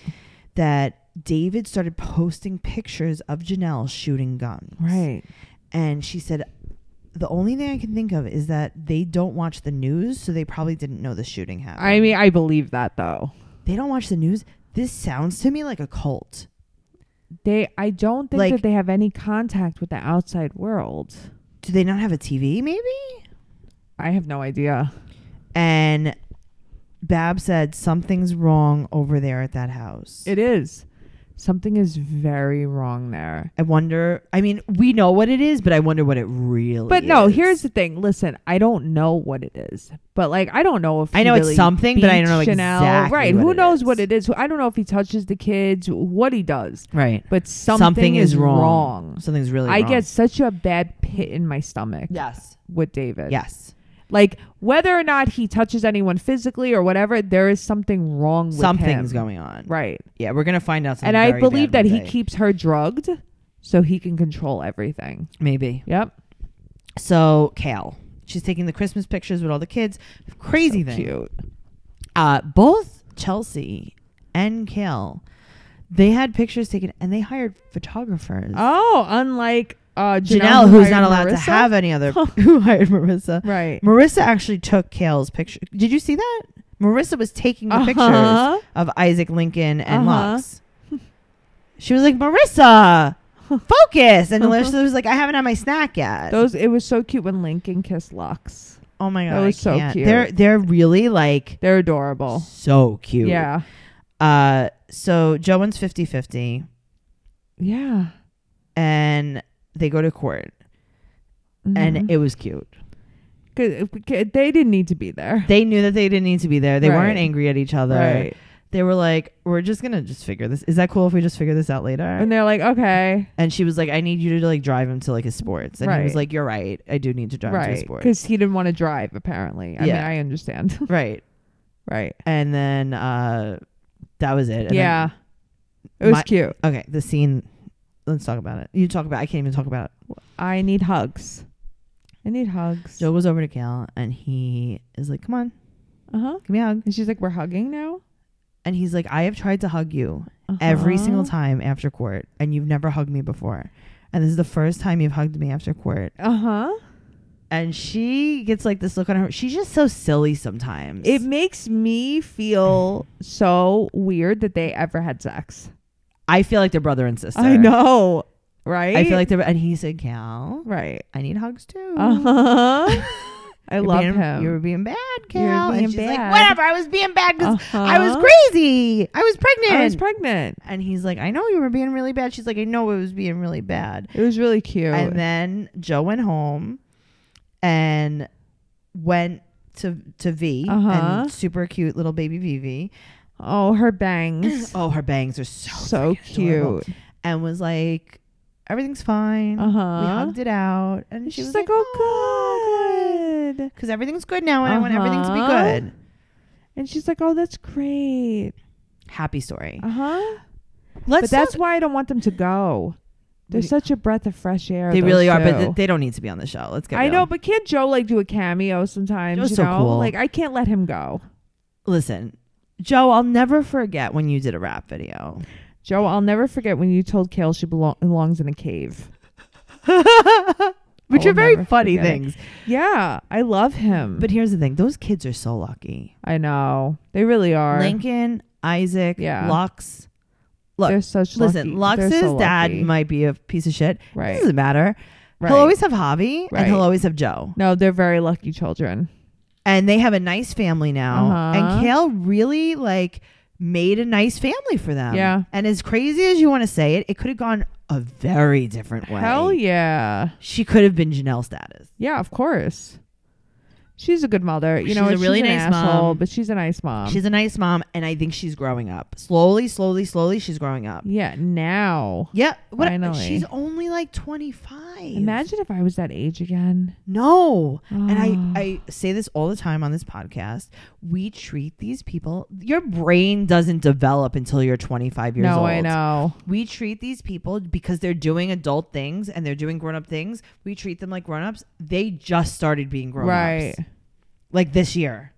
S1: that David started posting pictures of Janelle shooting guns.
S2: Right.
S1: And she said, the only thing I can think of is that they don't watch the news, so they probably didn't know the shooting happened.
S2: I mean, I believe that though.
S1: they don't watch the news. This sounds to me like a cult.
S2: They, I don't think
S1: Like-
S2: that they have any contact with the outside world.
S1: Do they not have a TV, maybe?
S2: I have no idea.
S1: And Bab said, something's wrong over there at that house.
S2: It is. Something is very wrong there.
S1: I wonder. I mean, we know what it is, but I wonder what it really.
S2: But no,
S1: is.
S2: here's the thing. Listen, I don't know what it is, but like I don't know if
S1: I
S2: he
S1: know it's
S2: really
S1: something, but I don't
S2: beats
S1: know
S2: Chanel.
S1: exactly
S2: Right?
S1: what
S2: Who
S1: it
S2: knows
S1: is.
S2: what it is? I don't know if he touches the kids, what he does,
S1: right.
S2: but something, is wrong.
S1: Something's really.
S2: I
S1: wrong.
S2: get such a bad pit in my stomach
S1: Yes.
S2: with David.
S1: Yes.
S2: Like whether or not he touches anyone physically or whatever, there is something wrong with
S1: Something's
S2: him.
S1: going on.
S2: Right.
S1: Yeah, we're gonna find out. Something
S2: and I
S1: very
S2: believe
S1: bad
S2: that
S1: one
S2: he
S1: day.
S2: keeps her drugged so he can control everything.
S1: maybe.
S2: Yep.
S1: So Kale, she's taking the Christmas pictures with all the kids. Crazy
S2: So
S1: thing.
S2: Cute.
S1: Uh, both Chelsea and Kale, they had pictures taken, and they hired photographers.
S2: Oh, unlike uh, Janelle,
S1: Janelle,
S2: who
S1: who's
S2: hired
S1: not allowed to
S2: Marissa?
S1: have any other, who hired Marissa.
S2: Right.
S1: Marissa actually took Kale's picture. Did you see that? Marissa was taking the pictures
S2: Uh-huh.
S1: of Isaac Lincoln and
S2: Uh-huh.
S1: Lux. She was like, Marissa, focus.
S2: Uh-huh.
S1: And Marissa was like, I haven't had my snack yet.
S2: Those. It was so cute when Lincoln kissed Lux.
S1: oh my god,
S2: that was
S1: I
S2: so
S1: can't.
S2: cute.
S1: They're they're really like
S2: They're adorable.
S1: so cute.
S2: Yeah.
S1: Uh so Joan's 50-50
S2: Yeah.
S1: and they go to court and
S2: Mhm.
S1: it was cute.
S2: 'Cause- because they didn't need to be there.
S1: They knew that they didn't need to be there. They
S2: Right.
S1: weren't angry at each other.
S2: Right.
S1: They were like, we're just going to just figure this. Is that cool if we just figure this out later?
S2: And they're like, okay,
S1: And she was like, I need you to like drive him to like a sports. And he was
S2: Right.
S1: like, You're right. I do need to drive him to a
S2: right?
S1: sports.
S2: Because he didn't want to drive. Apparently, I mean,
S1: Yeah.
S2: I understand.
S1: Right.
S2: right?
S1: And then uh that was it. And
S2: yeah. It was
S1: my-
S2: cute.
S1: then- okay. The scene let's talk about it. You talk about I can't even talk about it.
S2: I need hugs. I need hugs.
S1: Joe goes over to Cal and he is like, Come on,
S2: Uh huh.
S1: give me a hug.
S2: And she's like, we're hugging now.
S1: And he's like, I have tried to hug you every
S2: Uh-huh.
S1: single time after court and you've never hugged me before. And this is the first time you've hugged me after court.
S2: Uh huh.
S1: And she gets like this look on her. She's just so silly sometimes.
S2: It makes me feel so weird that they ever had sex.
S1: I feel like they're brother and sister.
S2: I know, right?
S1: I feel like Mm. they're and he said, Cal,
S2: right.
S1: I need hugs too.
S2: Uh huh. I
S1: You're
S2: love
S1: being-
S2: him.
S1: You were being bad, Cal.
S2: being
S1: and she's
S2: bad.
S1: like, whatever, I was being bad because I was
S2: Uh-huh.
S1: crazy. I was pregnant.
S2: I was pregnant.
S1: and he's like, I know you were being really bad. She's like, I know it was being really bad.
S2: It was really cute.
S1: And then Joe went home and went to to V
S2: Uh-huh.
S1: and super cute little baby Vivi.
S2: oh, her bangs.
S1: Oh, her bangs are so
S2: so
S1: freaking adorable.
S2: cute.
S1: And was like, everything's fine.
S2: Uh
S1: We
S2: huh.
S1: hugged it out, and she
S2: She's
S1: was
S2: like, oh, good.
S1: because everything's good now and I want everything to be
S2: Uh-huh.
S1: good.
S2: And she's like, oh, that's great.
S1: Happy story.
S2: Uh
S1: Uh-huh.
S2: huh.
S1: Let's
S2: But that's
S1: talk-
S2: why I don't want them to go. They're
S1: We-
S2: such a breath of fresh air.
S1: they
S2: those
S1: really are, but
S2: two.
S1: th- they don't need to be on the show. Let's get
S2: I
S1: real.
S2: know, but can't Joe like do a cameo sometimes?
S1: Joe's
S2: you
S1: so
S2: know?
S1: cool.
S2: Like I can't let him go.
S1: Listen, Joe, I'll never forget when you did a rap video.
S2: Joe, I'll never forget when you told Kale she belo- belongs in a cave.
S1: Which
S2: I'll
S1: are very
S2: never
S1: funny
S2: forget it.
S1: things.
S2: Yeah, I love him.
S1: But here's the thing those kids are so lucky.
S2: I know they really are.
S1: Lincoln, Isaac,
S2: Yeah.
S1: Lux. Look,
S2: They're such
S1: Listen,
S2: lucky. They're
S1: Lux's
S2: so
S1: dad
S2: lucky.
S1: might be a piece of shit.
S2: Right.
S1: It doesn't matter.
S2: right.
S1: He'll always have Javi and
S2: Right.
S1: he'll always have Joe.
S2: no, they're very lucky children.
S1: and they have a nice family now.
S2: Uh-huh.
S1: And Kale really like made a nice family for them.
S2: Yeah.
S1: And as crazy as you want to say it, it could have gone a very different way.
S2: Hell yeah.
S1: She could have been Janelle status.
S2: Yeah, of course. She's a good mother. You
S1: She's
S2: know,
S1: a
S2: she's
S1: really
S2: an
S1: nice
S2: asshole,
S1: mom.
S2: but she's a nice mom.
S1: She's a nice mom, and I think she's growing up slowly, slowly, slowly. She's growing up.
S2: yeah, now.
S1: Yeah, what,
S2: Finally.
S1: she's only like twenty five.
S2: Imagine if I was that age again.
S1: no. And
S2: Ah.
S1: I, I say this all the time on this podcast. We treat these people. Your brain doesn't develop until you're 25 years
S2: no,
S1: old.
S2: I know.
S1: We treat these people because they're doing adult things and they're doing grown up things. We treat them like grown ups. They just started being grown
S2: Right.
S1: ups like this year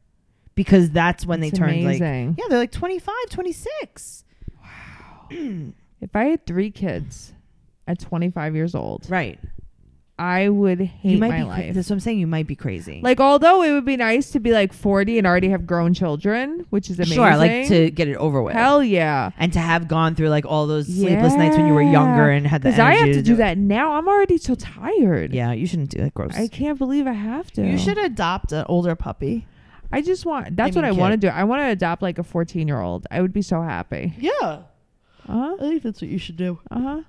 S1: because that's when
S2: It's
S1: they turned like
S2: amazing.
S1: yeah, they're like 25, 26.
S2: If I had three kids at 25 years old,
S1: Right.
S2: I would hate
S1: you might
S2: my
S1: be cra-
S2: life.
S1: That's what I'm saying. You might be crazy.
S2: Like, although it would be nice to be like 40 and already have grown children, which is amazing.
S1: sure, like to get it over with.
S2: Hell yeah.
S1: and to have gone through like all those sleepless nights when you were younger
S2: Yeah.
S1: and had the
S2: Because
S1: energy
S2: I have to, do
S1: it.
S2: that now. I'm already so tired.
S1: Yeah, you shouldn't do that. Gross.
S2: I can't believe I have to.
S3: You should adopt an older puppy.
S2: I just want. That's
S1: mean
S2: what I
S1: kid.
S2: want to do. I want to adopt like a 14 year old. I would be so happy.
S3: Yeah,
S2: Uh huh.
S3: I think that's what you should do.
S2: Uh huh.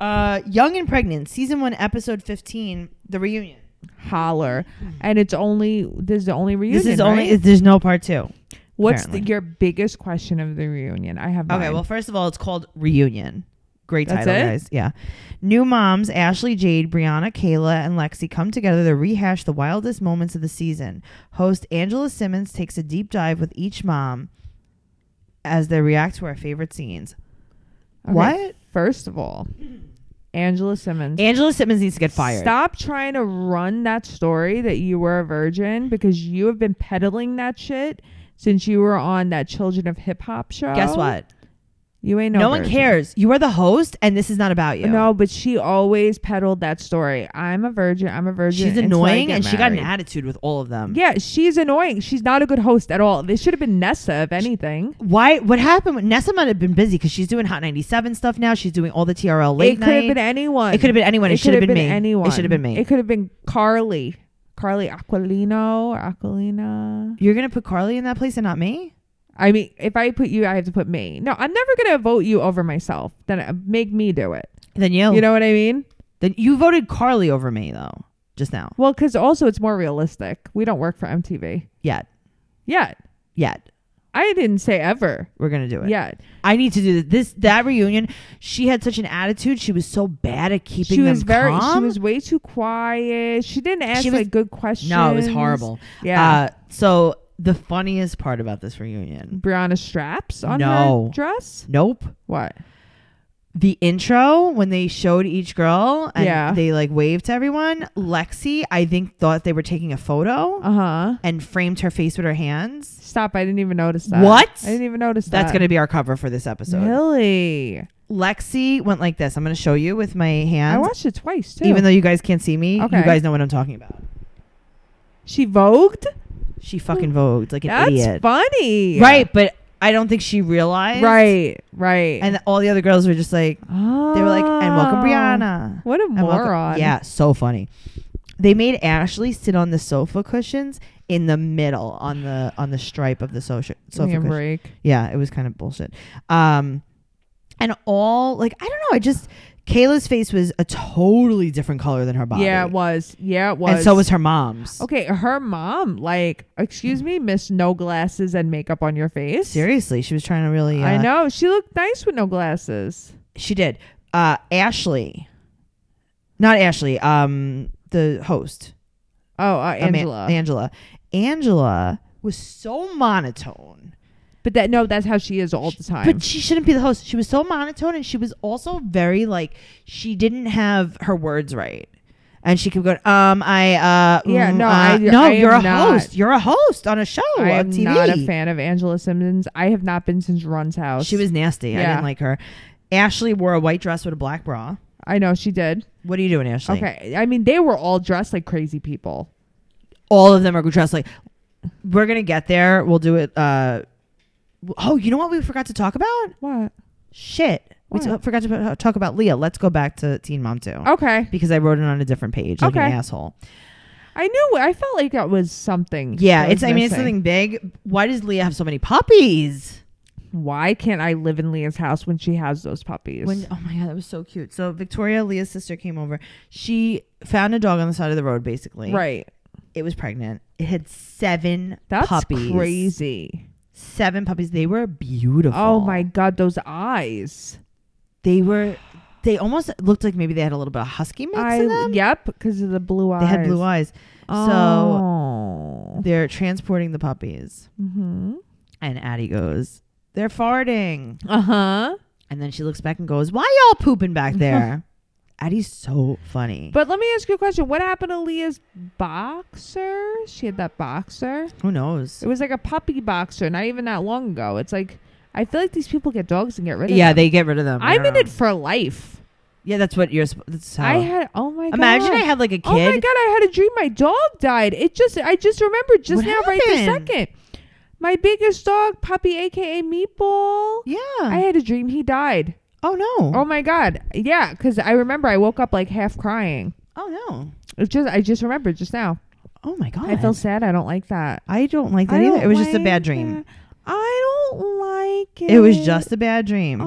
S1: uh, Young and Pregnant, season one, episode fifteen, the reunion.
S2: Holler. And it's only this is the only reunion.
S1: Hmm. this is only.
S2: right?
S1: There's no part two.
S2: What's the,
S1: apparently.
S2: your biggest question of the reunion? I have.
S1: Okay.
S2: mine.
S1: Well, first of all, it's called Reunion. Great
S2: That's
S1: title,
S2: it?
S1: guys. Yeah. New moms Ashley, Jade, Brianna, Kayla, and Lexi come together to rehash the wildest moments of the season. Host Angela Simmons takes a deep dive with each mom as they react to our favorite scenes.
S2: Okay,
S1: What?
S2: First of all, Angela Simmons.
S1: Angela Simmons needs to get fired.
S2: Stop trying to run that story that you were a virgin because you have been peddling that shit since you were on that Children of Hip Hop show.
S1: Guess what?
S2: You ain't no.
S1: No, one
S2: virgin.
S1: cares. You are the host, and this is not about you.
S2: No, but she always peddled that story. I'm a virgin. I'm a virgin.
S1: she's
S2: until I
S1: annoying,
S2: get
S1: and she got an
S2: married."
S1: attitude with all of them.
S2: Yeah, she's annoying. She's not a good host at all. This should have been Nessa, if anything.
S1: Why? What happened? with- Nessa might have been busy because she's doing Hot 97 stuff now. She's doing all the TRL late
S2: it could have
S1: night.
S2: been anyone.
S1: It could have been anyone. It, should have
S2: could
S1: been, me.
S2: Anyone.
S1: It should have been me.
S2: It could have been Carly. Carly Aquilino or Aquilina.
S1: You're gonna put Carly in that place and not me?
S2: I mean, if I put you, I have to put me. No, I'm never gonna vote you over myself. Then uh, make me do it.
S1: Then you.
S2: You know what I mean?
S1: Then you voted Carly over me though. Just now.
S2: Well, because also it's more realistic. We don't work for MTV
S1: Yet.
S2: yet.
S1: Yet.
S2: I didn't say ever
S1: We're gonna do it.
S2: yet.
S1: I need to do this. That reunion. She had such an attitude. She was so bad at keeping
S2: She was
S1: them
S2: very.
S1: calm.
S2: She was way too quiet. She didn't ask
S1: She was-
S2: like good questions.
S1: no, it was horrible.
S2: Yeah.
S1: Uh, so the funniest part about this reunion.
S2: Brianna straps on
S1: No.
S2: her dress.
S1: Nope.
S2: What?
S1: The intro when they showed each girl and
S2: Yeah.
S1: they like waved to everyone. Lexi, I think, thought they were taking a photo
S2: Uh huh.
S1: and framed her face with her hands.
S2: Stop! I didn't even notice that.
S1: What?
S2: I didn't even notice
S1: That's
S2: that.
S1: gonna be our cover for this episode.
S2: really.
S1: Lexi went like this. I'm going to show you with my
S2: I
S1: hands.
S2: watched it twice too.
S1: Even though you guys can't see me,
S2: Okay.
S1: you guys know what I'm talking about.
S2: she vogued.
S1: She fucking vogued like an
S2: That's
S1: idiot.
S2: funny.
S1: Right, but I don't think she realized.
S2: Right. Right.
S1: And all the other girls were just like, they were like, and welcome,
S2: Oh.
S1: Brianna.
S2: What a
S1: And welcome-
S2: moron.
S1: Yeah, so funny. They made Ashley sit on the sofa cushions in the middle on the on the stripe of the sofa
S2: Give me
S1: sofa
S2: a
S1: cushion.
S2: break.
S1: Yeah, it was kind of bullshit. Um, and all like I don't know. I just Kayla's face was a totally different color than her body.
S2: Yeah, it was. Yeah, it was.
S1: and so was her mom's.
S2: Okay, her mom, like, excuse me, miss no glasses and makeup on your face.
S1: Seriously, she was trying to really. Uh,
S2: I know. She looked nice with no glasses.
S1: she did. Uh, Ashley, not Ashley. Um, the host,
S2: Oh, uh,
S1: Ama-
S2: Angela.
S1: Angela. Angela was so monotone,
S2: but that no, that's how she is all the time.
S1: but she shouldn't be the host. She was so monotone, and she was also very like she didn't have her words right. And she kept going. Um, I uh,
S2: Yeah,
S1: mm,
S2: no,
S1: uh,
S2: I-
S1: no,
S2: I am
S1: you're a
S2: not-
S1: host. You're a host on a show.
S2: I am
S1: on TV.
S2: not a fan of Angela Simmons. I have not been since Run's house.
S1: She was nasty. I
S2: Yeah.
S1: didn't like her. Ashley wore a white dress with a black bra.
S2: I know she did.
S1: What are you doing, Ashley?
S2: Okay, I mean they were all dressed like crazy people.
S1: All of them are dressed like. We're gonna get there. We'll do it. Uh, w- oh, you know what we forgot to talk about?
S2: What?
S1: Shit, we
S2: What?
S1: t- forgot to p- talk about Leah. Let's go back to Teen Mom Two
S2: Okay,
S1: because I wrote it on a different page like
S2: Okay.
S1: an asshole.
S2: I knew. I felt like that was something.
S1: Yeah,
S2: that was
S1: it's. I mean, it's
S2: missing.
S1: something big. Why does Leah have so many puppies?
S2: why can't I live in Leah's house when she has those puppies?
S1: When, oh my god, that was so cute. So Victoria, Leah's sister, came over. She found a dog on the side of the road. Basically,
S2: right.
S1: It was pregnant. It had seven
S2: That's
S1: puppies.
S2: crazy.
S1: Seven puppies. They were beautiful.
S2: Oh my god, those eyes.
S1: They were. They almost looked like maybe they had a little bit of husky mix in
S2: I
S1: them.
S2: yep, because of the blue eyes.
S1: They had blue eyes.
S2: Oh.
S1: They're transporting the puppies,
S2: hmm
S1: and Addie goes, "They're farting."
S2: Uh
S1: Uh-huh.
S2: huh.
S1: And then she looks back and goes, "Why y'all pooping back there?" Addie's so funny.
S2: But let me ask you a question. What happened to Leah's boxer? She had that boxer.
S1: Who knows?
S2: It was like a puppy boxer, not even that long ago. It's like I feel like these people get dogs and get rid of
S1: Yeah,
S2: them.
S1: they get rid of them. I
S2: I'm
S1: don't
S2: in
S1: know.
S2: it for life.
S1: Yeah, that's what you're. sp- That's how.
S2: I had oh my god.
S1: Imagine I had like a kid.
S2: Oh my god, I had a dream my dog died. It just I just remembered just
S1: What
S2: now right this
S1: happened?
S2: second. My biggest dog, puppy aka Meatball.
S1: Yeah.
S2: I had a dream he died.
S1: oh no.
S2: Oh my god. Yeah, cuz I remember I woke up like half crying.
S1: oh no.
S2: It just I just remembered just now.
S1: Oh my god.
S2: I feel sad. I don't like that.
S1: I don't like that
S2: I
S1: either.
S2: don't
S1: It was just a
S2: like
S1: bad dream.
S2: that. I don't like it.
S1: It was just a bad dream.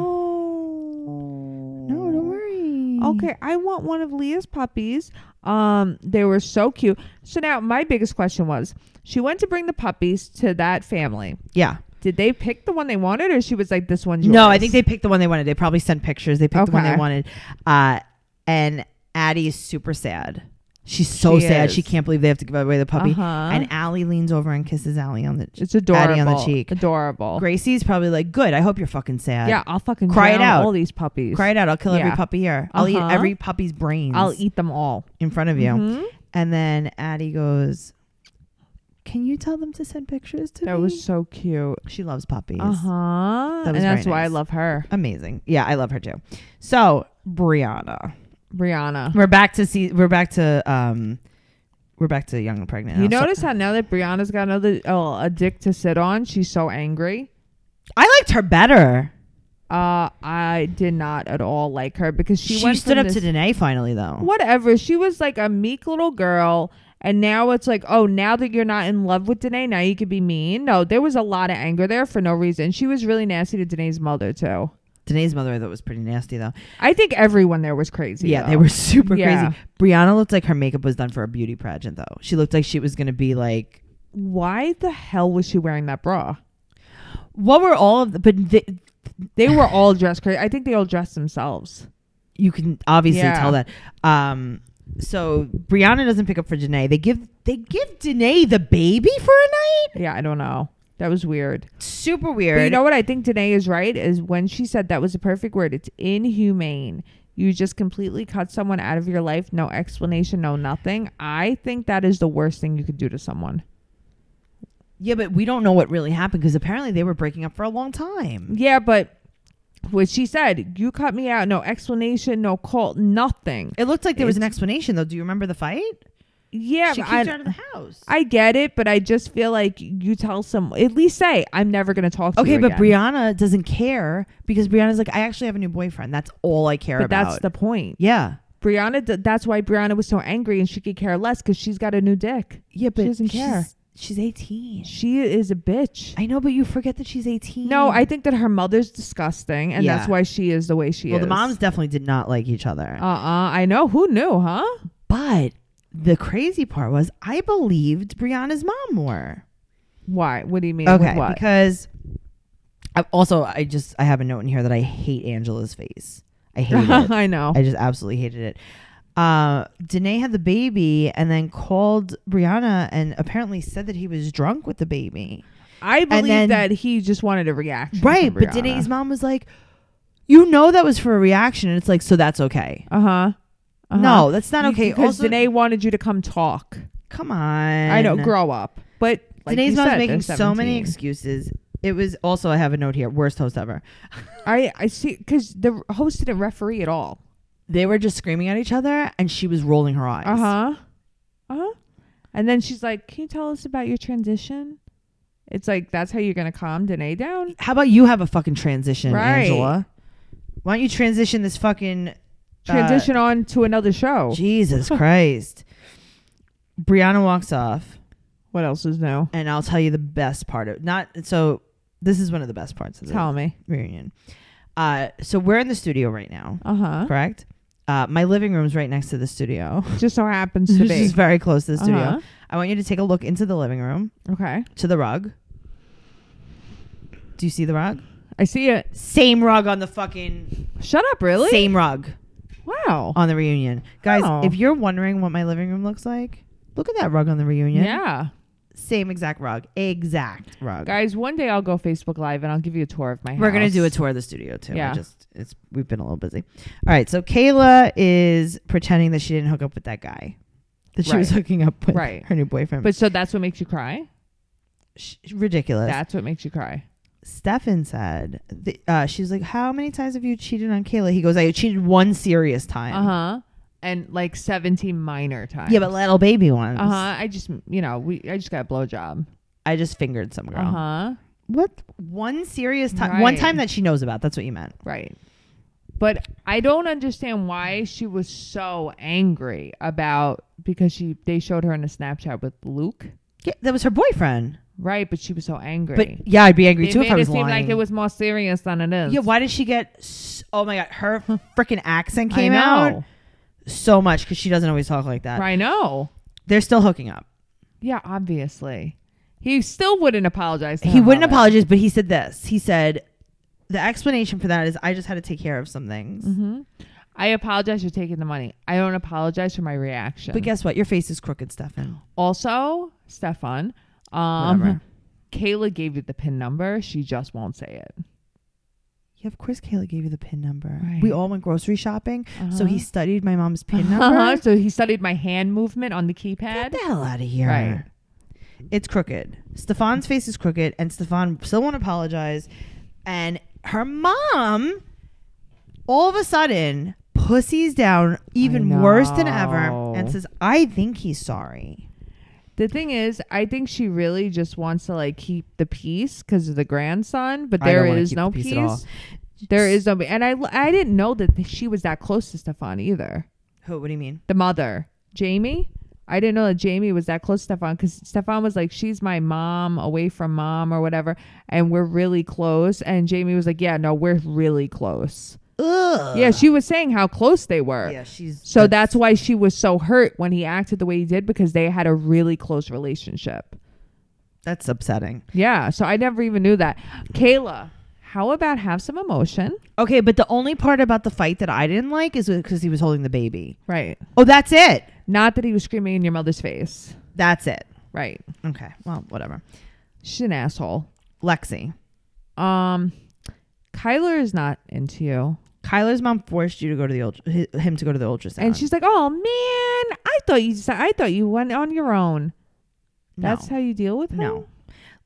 S2: Oh.
S1: No, don't worry.
S2: Okay, I want one of Leah's puppies. Um, they were so cute. So now my biggest question was, she went to bring the puppies to that family.
S1: Yeah.
S2: Did they pick the one they wanted, or she was like, "This one's
S1: No,
S2: yours"?
S1: I think they picked the one they wanted. They probably sent pictures. They picked the one they
S2: Okay.
S1: wanted. Uh, and Addie is super sad. She's so
S2: She
S1: sad. She
S2: is.
S1: can't believe they have to give away the puppy.
S2: Uh-huh.
S1: And Allie leans over and kisses Allie on the cheek.
S2: it's adorable.
S1: Patty on the cheek.
S2: Adorable.
S1: Gracie's probably like, "Good. I hope you're fucking sad.
S2: Yeah, I'll fucking
S1: Cry it
S2: drown
S1: out.
S2: All these puppies.
S1: Cry it out. I'll kill every
S2: Yeah.
S1: puppy here. I'll
S2: Uh-huh.
S1: eat every puppy's brains.
S2: I'll eat them all.
S1: in front of you."
S2: Mhm.
S1: And then Addie goes, "Can you tell them to send pictures to
S2: That
S1: me?"
S2: was so cute.
S1: she loves puppies.
S2: Uh huh.
S1: That
S2: And
S1: was
S2: that's
S1: very
S2: why I
S1: nice.
S2: love her,
S1: Amazing. Yeah, I love her too. So Brianna,
S2: Brianna.
S1: we're back to see. We're back to um, we're back to young and pregnant.
S2: You
S1: now. So-
S2: notice how now that Brianna's got another oh, a dick to sit on, she's so angry.
S1: I liked her better.
S2: Uh, I did not at all like her because she,
S1: She,
S2: went
S1: stood
S2: from
S1: up
S2: this-
S1: to Danae finally, though.
S2: whatever. She was like a meek little girl, and now it's like, oh, now that you're not in love with Danae, now you could be mean. No, there was a lot of anger there for no reason. She was really nasty to Danae's mother too.
S1: Danae's mother, I thought, was pretty nasty, though.
S2: I think everyone there was crazy.
S1: Yeah,
S2: though.
S1: they were super
S2: Yeah.
S1: crazy. Brianna looked like her makeup was done for a beauty pageant, though. She looked like she was going to be like
S2: Why the hell was she wearing that bra?
S1: What were all of the? But th-
S2: They were all dressed crazy. I think they all dressed themselves.
S1: you can obviously
S2: Yeah.
S1: tell that. Um, so Brianna doesn't pick up for Danae. They give they give Danae the baby for a night.
S2: Yeah, I don't know. That was weird.
S1: Super
S2: But you
S1: weird.
S2: know what I think Danae is right is when she said that was the perfect word. It's inhumane. You just completely cut someone out of your life, no explanation, no nothing. I think that is the worst thing you could do to someone.
S1: yeah, but we don't know what really happened because apparently they were breaking up for a long time.
S2: Yeah, but what she said, you cut me out, no explanation, no call, nothing.
S1: It looked like there was an
S2: It's-
S1: explanation though. Do you remember the fight?
S2: Yeah,
S1: she
S2: but
S1: kicked
S2: I,
S1: her out of the house.
S2: I get it, but I just feel like you tell some at least say I'm never going to talk to
S1: okay,
S2: you
S1: but
S2: again."
S1: Brianna doesn't care because Brianna's like, I actually have a new boyfriend. That's all I care
S2: But
S1: about.
S2: that's the point.
S1: yeah,
S2: Brianna, d- that's why Brianna was so angry, and she could care less because she's got a new dick.
S1: yeah, but
S2: doesn't care.
S1: she's- She's eighteen.
S2: She is a bitch.
S1: I know, but you forget that she's eighteen.
S2: No, I think that her mother's disgusting, and
S1: Yeah.
S2: that's why she is the way she
S1: Well,
S2: is.
S1: the moms definitely did not like each other.
S2: Uh uh I know. Who knew, huh?
S1: but the crazy part was I believed Brianna's mom more.
S2: Why? What do you mean?
S1: Okay,
S2: With what?
S1: because I, also I just I have a note in here that I hate Angela's face. I hate it.
S2: I know.
S1: I just absolutely hated it. Uh, Danae had the baby and then called Brianna and apparently said that he was drunk with the baby.
S2: I, believe
S1: then-
S2: that he just wanted a reaction.
S1: Right, but Danae's mom was like, "You know that was for a reaction." And it's like, so that's okay.
S2: Uh huh. Uh-huh.
S1: No, that's not
S2: You-
S1: okay.
S2: Because
S1: Also,
S2: Danae wanted you to come talk.
S1: come on.
S2: I know. Grow up. But like
S1: Danae's
S2: you
S1: mom's
S2: said,
S1: making
S2: they're
S1: so many
S2: 17.
S1: excuses. It was also I have a note here. Worst host ever.
S2: I I see because the host didn't referee at all.
S1: They were just screaming at each other, and she was rolling her eyes.
S2: Uh huh. Uh huh. And then she's like, "Can you tell us about your transition?" It's like that's how you're gonna calm Danae down.
S1: How about you have a fucking transition,
S2: Right.
S1: Angela? Why don't you transition this fucking uh,
S2: transition on to another show.
S1: Jesus Christ. Brianna walks off,
S2: what else is new?
S1: and I'll tell you the best part of not so. This is one of the best parts of the
S2: Tell me.
S1: reunion. Uh, so we're in the studio right now,
S2: Uh huh.
S1: correct? Uh, my living room's right next to the studio.
S2: Just so happens to
S1: This
S2: be.
S1: is very close to the studio.
S2: Uh-huh.
S1: I want you to take a look into the living room
S2: Okay.
S1: to the rug. Do you see the rug?
S2: I see it.
S1: Same rug on the fucking
S2: Shut up, really?
S1: same rug
S2: Wow.
S1: on the reunion. Guys,
S2: Oh.
S1: if you're wondering what my living room looks like, look at that rug on the reunion.
S2: Yeah.
S1: Same exact rug. Exact rug.
S2: Guys, one day I'll go Facebook Live and I'll give you a tour of my house.
S1: We're gonna do a tour of the studio too. Yeah.
S2: Yeah.
S1: just it's we've been a little busy. All right, so Kayla is pretending that she didn't hook up with that guy that she was
S2: Right.
S1: hooking up with
S2: Right.
S1: her new boyfriend.
S2: But so that's what makes you cry?
S1: Sh- ridiculous.
S2: That's what makes you cry.
S1: Stefan said the, uh, she's like, "How many times have you cheated on Kayla?" He goes, "I cheated one serious time."
S2: Uh huh. And like 17 minor times.
S1: Yeah, but little baby ones.
S2: Uh huh. I just, you know, we I just got a blowjob.
S1: I just fingered some girl.
S2: Uh huh.
S1: What one serious time? One
S2: Right.
S1: time that she knows about. That's what you meant.
S2: Right. But I don't understand why she was so angry about because she they showed her in a Snapchat with Luke.
S1: Yeah, that was her boyfriend.
S2: Right, but she was so angry.
S1: But yeah, I'd be angry
S2: they
S1: too
S2: made
S1: if I was
S2: it seem
S1: lying.
S2: like it was more serious than it is.
S1: Yeah, why did she get? s oh my god, her freaking accent
S2: I
S1: came
S2: know.
S1: out so much because she doesn't always talk like that.
S2: I know.
S1: They're still hooking up.
S2: Yeah, obviously. He still wouldn't apologize. to
S1: he
S2: her
S1: wouldn't
S2: about it.
S1: apologize, but he said this. He said the explanation for that is I just had to take care of some things.
S2: Mhm. I apologize for taking the money. I don't apologize for my reaction.
S1: But guess what? Your face is crooked, Stefan.
S2: also, Stefan, um,
S1: Whatever.
S2: Kayla gave you the pin number. She just won't say it.
S1: Yeah, of course, Kayla gave you the pin number.
S2: Right.
S1: We all went grocery shopping, so he
S2: Uh-huh.
S1: studied my mom's pin
S2: Uh-huh,
S1: number.
S2: So he studied my hand movement on the keypad.
S1: Get the hell out of here.
S2: Right.
S1: It's crooked. Stefan's face is crooked, and Stefan still won't apologize. And her mom, all of a sudden, pussies down even worse than ever
S2: know.
S1: and says, I think he's sorry.
S2: The thing is, I think she really just wants to like keep the peace because of the grandson, but
S1: I don't
S2: there
S1: wanna
S2: is
S1: keep
S2: no
S1: the peace
S2: peace.
S1: at all.
S2: There is no, and I I didn't know that she was that close to Stefan either.
S1: Who? What do you mean?
S2: The mother, Jamie. I didn't know that Jamie was that close to Stefan because Stefan was like, she's my mom, away from mom or whatever, and we're really close. And Jamie was like, yeah, no, we're really close.
S1: Ugh.
S2: Yeah, she was saying how close they were.
S1: Uh. Yeah, she's.
S2: So that's why she was so hurt when he acted the way he did because they had a really close relationship.
S1: That's upsetting.
S2: Yeah. So I never even knew that. Kayla, how about have some emotion?
S1: Okay, but the only part about the fight that I didn't like is because he was holding the baby.
S2: Right.
S1: Oh, that's it.
S2: Not that he was screaming in your mother's face.
S1: That's it.
S2: Right.
S1: Okay. Well, whatever.
S2: She's an asshole.
S1: Lexi.
S2: Um, Kyler is not into you.
S1: Kyler's mom forced you to go to the ultra, hi- him to go to the ultrasound.
S2: And she's like, oh man, I thought you just, I thought you went on your own.
S1: No.
S2: That's how you deal with him?
S1: no.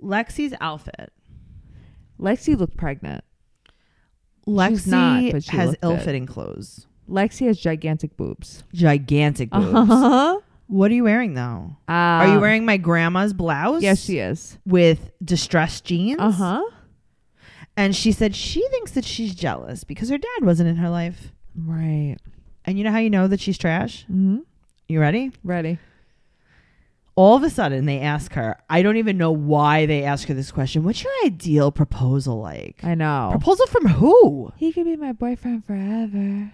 S1: Lexi's outfit.
S2: Lexi looked pregnant.
S1: Lexi
S2: She's not, but she
S1: has
S2: looked it.
S1: ill-fitting clothes.
S2: Lexi has gigantic boobs.
S1: Gigantic boobs.
S2: Uh-huh.
S1: What are you wearing though?
S2: Uh,
S1: Are you wearing my grandma's blouse?
S2: Yes, she is.
S1: with distressed jeans.
S2: Uh huh.
S1: And she said she thinks that she's jealous because her dad wasn't in her life.
S2: Right.
S1: And you know how you know that she's trash?
S2: Mm-hmm.
S1: You ready?
S2: Ready.
S1: All of a sudden, they ask her. I don't even know why they ask her this question. What's your ideal proposal like?
S2: I know.
S1: Proposal from who?
S2: he could be my boyfriend forever.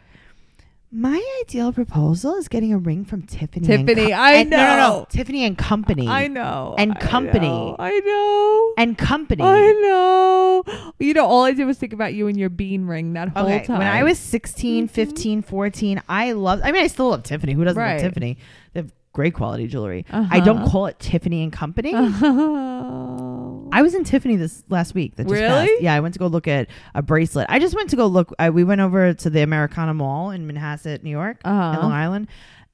S1: My ideal proposal is getting a ring from Tiffany.
S2: Tiffany,
S1: and
S2: I
S1: and- No, no, no.
S2: know.
S1: Tiffany and Company.
S2: I know.
S1: And
S2: I
S1: company.
S2: know, I know.
S1: and Company.
S2: I know. You know, all I did was think about you and your bean ring that whole
S1: Okay,
S2: time. Mm-hmm.
S1: when I was 16, 15, 14, I loved, I mean, I still love Tiffany. Who doesn't
S2: Right.
S1: love Tiffany? They have great quality jewelry. I don't
S2: Uh-huh.
S1: call it Tiffany and Company.
S2: Oh.
S1: I was in Tiffany this last week. That just
S2: Really?
S1: Passed. Yeah, I went to go look at a bracelet. I just went to go look. I, we went over to the Americana Mall in Manhasset, New York,
S2: Uh-huh.
S1: in Long Island.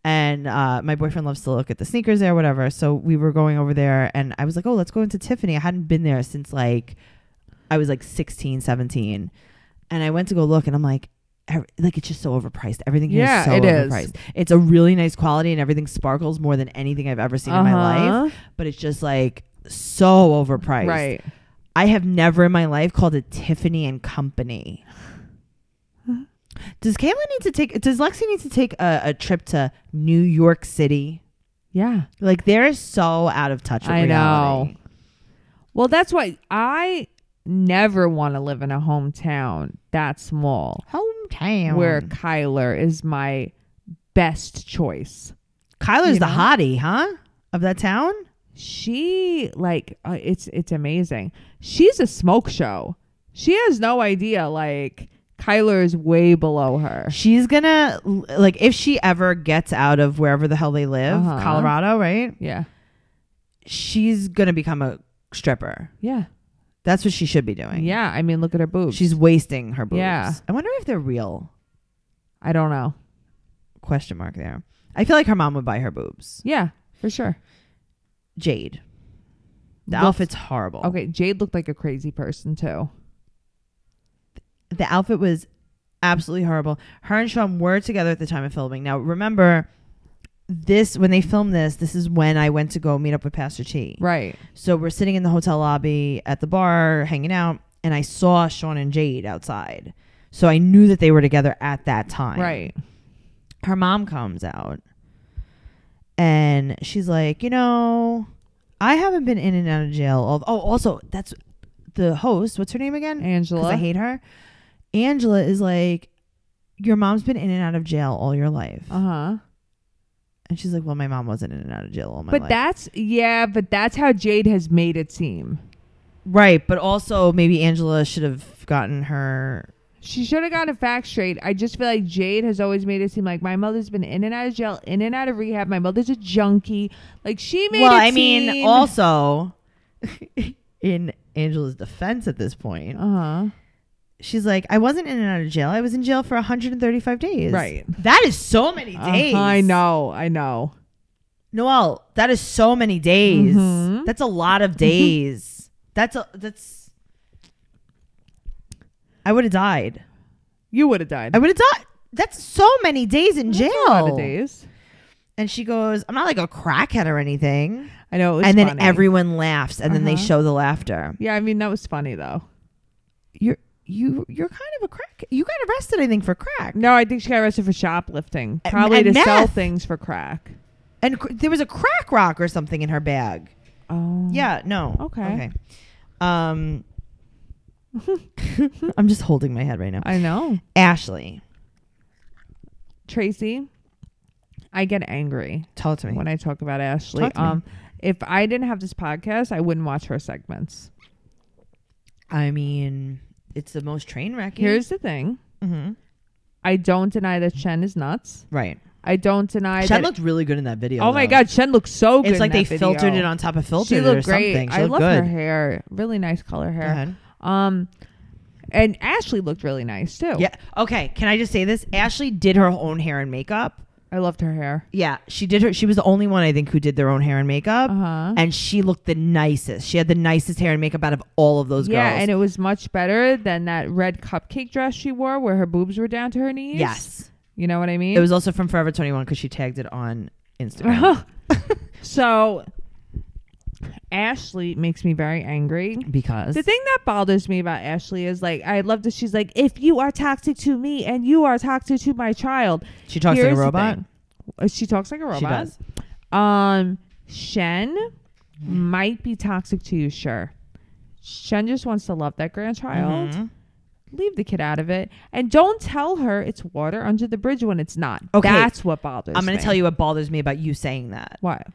S1: And uh, my boyfriend loves to look at the sneakers there, whatever. So we were going over there, and I was like, oh, let's go into Tiffany. I hadn't been there since like, I was like 16, 17. And I went to go look, and I'm like, ev- like it's just so overpriced. Everything here is
S2: Yeah,
S1: so
S2: it is.
S1: overpriced. It's a really nice quality, and everything sparkles more than anything I've ever seen in my life
S2: Uh-huh.
S1: but it's just like so overpriced.
S2: Right.
S1: I have never in my life called it Tiffany and Company. Does Kayla need to take? Does Lexi need to take a, a trip to New York City?
S2: Yeah.
S1: Like they're so out of touch with
S2: I know.
S1: reality.
S2: Well, that's why I never want to live in a hometown that small
S1: Hometown. Where
S2: where Kyler is my best choice.
S1: Kyler's
S2: you
S1: the
S2: know?
S1: hottie, huh? Of that town?
S2: She like uh, it's it's amazing. She's a smoke show. She has no idea like Kyler is way below her.
S1: She's gonna like if she ever gets out of wherever the hell they live,
S2: Uh-huh.
S1: Colorado, right?
S2: Yeah.
S1: She's gonna become a stripper.
S2: Yeah.
S1: That's what she should be doing.
S2: Yeah, I mean look at her boobs.
S1: She's wasting her boobs.
S2: Yeah.
S1: I wonder if they're real.
S2: I don't know.
S1: Question mark there. I feel like her mom would buy her boobs.
S2: Yeah, for sure.
S1: Jade. The
S2: Looks-
S1: outfit's horrible.
S2: Okay, Jade looked like a crazy person too.
S1: The outfit was absolutely horrible. Her and Sean were together at the time of filming. Now remember this when they filmed this, this is when I went to go meet up with Pastor T.
S2: Right.
S1: So we're sitting in the hotel lobby at the bar hanging out, and I saw Sean and Jade outside. So I knew that they were together at that time.
S2: Right.
S1: Her mom comes out and she's like, You know, I haven't been in and out of jail. All- oh, also, that's the host. What's her name again?
S2: Angela.
S1: Because I hate her. Angela is like, Your mom's been in and out of jail all your life.
S2: uh-huh.
S1: And she's like, Well, my mom wasn't in and out of jail all my
S2: But
S1: life.
S2: that's yeah, but that's how Jade has made it seem.
S1: Right, but also maybe Angela should have gotten her
S2: She should have gotten facts straight. I just feel like Jade has always made it seem like my mother's been in and out of jail, in and out of rehab. My mother's a junkie. Like she made
S1: well,
S2: it
S1: I
S2: seem.
S1: mean, also in Angela's defense at this point,
S2: uh huh.
S1: she's like, I wasn't in and out of jail. I was in jail for 135 days.
S2: Right. Uh-huh,
S1: That is so many days.
S2: Uh, I know. I know.
S1: Noel, that is so many days.
S2: Mhm.
S1: That's a lot of days. that's a that's I would have died.
S2: You would have died.
S1: I would have died. That's so many days in jail.
S2: That's a lot of days.
S1: And she goes, I'm not like a crackhead or anything.
S2: I know. It was
S1: And then
S2: funny.
S1: everyone laughs and then they
S2: Uh-huh.
S1: show the laughter.
S2: Yeah, I mean that was funny though.
S1: you're you you're kind of a crack. You got arrested, I think, for crack.
S2: No, I think she got arrested for shoplifting,
S1: And-
S2: probably
S1: and
S2: to sell
S1: meth.
S2: things for crack.
S1: And cr- there was a crack rock or something in her bag.
S2: Oh.
S1: Yeah. No.
S2: Okay.
S1: Okay. Um, I'm just holding my head right now.
S2: I know.
S1: Ashley,
S2: Tracy, I get angry
S1: tell it to me.
S2: when I talk about Ashley.
S1: Talk to me.
S2: um, if I didn't have this podcast, I wouldn't watch her segments.
S1: I mean, it's the most train wreck.
S2: Here's the thing:
S1: Mhm.
S2: I don't deny that Shen is nuts.
S1: right.
S2: I don't deny
S1: Shen
S2: that.
S1: looked really good in that video.
S2: oh my
S1: though.
S2: God, Shen looks so good.
S1: It's like
S2: in
S1: they
S2: that
S1: filtered
S2: video.
S1: it on top of filtered
S2: She
S1: it or
S2: looked great.
S1: something. She
S2: I
S1: looked
S2: love
S1: good.
S2: her hair. Really nice color
S1: Go
S2: hair.
S1: ahead.
S2: Um, and Ashley looked really nice too.
S1: Yeah. Okay. Can I just say this? Ashley did her own hair and makeup.
S2: I loved her hair.
S1: Yeah, she did her. She was the only one I think who did their own hair and makeup,
S2: Uh huh.
S1: and she looked the nicest. She had the nicest hair and makeup out of all of those
S2: Yeah,
S1: girls.
S2: and it was much better than that red cupcake dress she wore, where her boobs were down to her knees.
S1: yes,
S2: you know what I mean.
S1: it was also from Forever Twenty One because she tagged it on Instagram
S2: Uh-huh. so Ashley makes me very angry.
S1: because
S2: The thing that bothers me about Ashley is like I love that she's like, if you are toxic to me and you are toxic to my child,
S1: she talks like a
S2: Here's the
S1: robot.
S2: thing. Uh, she talks like a robot.
S1: She does.
S2: Um, Shen might be toxic to you, sure. Shen just wants to love that grandchild.
S1: Mhm.
S2: Leave the kid out of it, and don't tell her it's water under the bridge when it's not.
S1: Okay.
S2: that's what bothers.
S1: I'm going
S2: me.
S1: to tell you what bothers me about you saying that.
S2: what.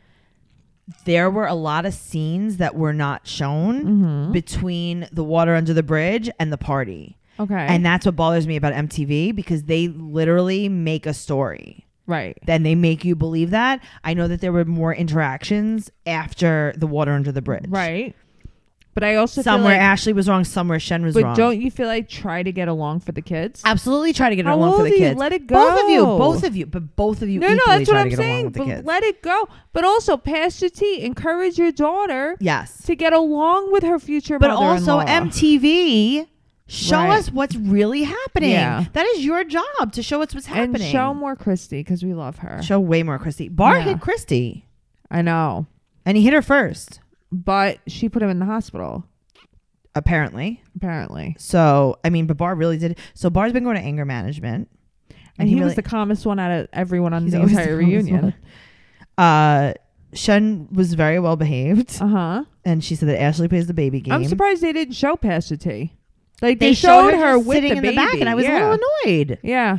S1: There were a lot of scenes that were not shown
S2: Mhm.
S1: between the water under the bridge and the party.
S2: Okay,
S1: And that's what bothers me about MTV because they literally make a story.
S2: right.
S1: then they make you believe that. I know that there were more interactions after the water under the bridge.
S2: Right. But I also
S1: Somewhere
S2: feel like,
S1: Ashley was wrong. Somewhere Shen was
S2: but
S1: wrong.
S2: don't you feel like try to get along for the kids?
S1: absolutely try to get it
S2: How
S1: along for
S2: old
S1: the
S2: are you?
S1: kids.
S2: Let it
S1: Both of you,
S2: go.
S1: both of you, but both of you.
S2: no, no,
S1: equally
S2: that's
S1: try to
S2: what I'm
S1: get Along
S2: saying.
S1: with the
S2: But
S1: kids.
S2: let it go. But also, Pastor T, encourage your daughter
S1: yes,
S2: to get along with her future
S1: but also
S2: mother-in-law.
S1: MTV. Show
S2: Right.
S1: us what's really happening.
S2: Yeah.
S1: That is your job to show us what's
S2: and
S1: happening.
S2: show more Christy because we love her.
S1: Show way more Christy. Barr
S2: Yeah.
S1: hit Christy,
S2: I know,
S1: and he hit her first,
S2: but she put him in the hospital.
S1: apparently.
S2: Apparently,
S1: So I mean, but Barr really did. So Barr's been going to anger management,
S2: and, he, was
S1: really-
S2: the calmest one out of everyone on
S1: He's
S2: the
S1: always the
S2: entire
S1: calmest
S2: reunion.
S1: one. uh Shen was very well behaved
S2: Uh huh.
S1: and she said that Ashley plays the baby game.
S2: I'm surprised they didn't show Pastor T. Like
S1: They, showed, her, just
S2: with
S1: sitting
S2: the
S1: in the back,
S2: baby.
S1: and I was "Oh,
S2: yeah.
S1: a little annoyed.
S2: Yeah,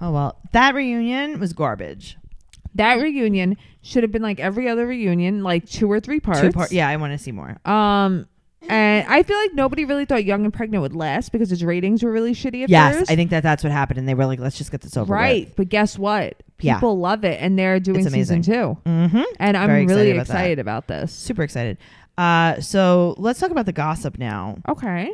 S1: Oh well, that reunion was garbage.
S2: that reunion should have been like every other reunion, like two or three parts.
S1: Two part. Yeah, I want to see more.
S2: Um, and I feel like nobody really thought Young and Pregnant would last because its ratings were really shitty at
S1: yes,
S2: first.
S1: I think that that's what happened, and they were like, "Let's just get this over."
S2: right. But guess what?
S1: Yeah.
S2: People love it, and they're doing
S1: It's
S2: season
S1: amazing.
S2: two.
S1: Mm-hmm.
S2: And I'm
S1: Very excited
S2: really
S1: about that.
S2: excited about this.
S1: Super excited. Uh, so let's talk about the gossip now.
S2: Okay.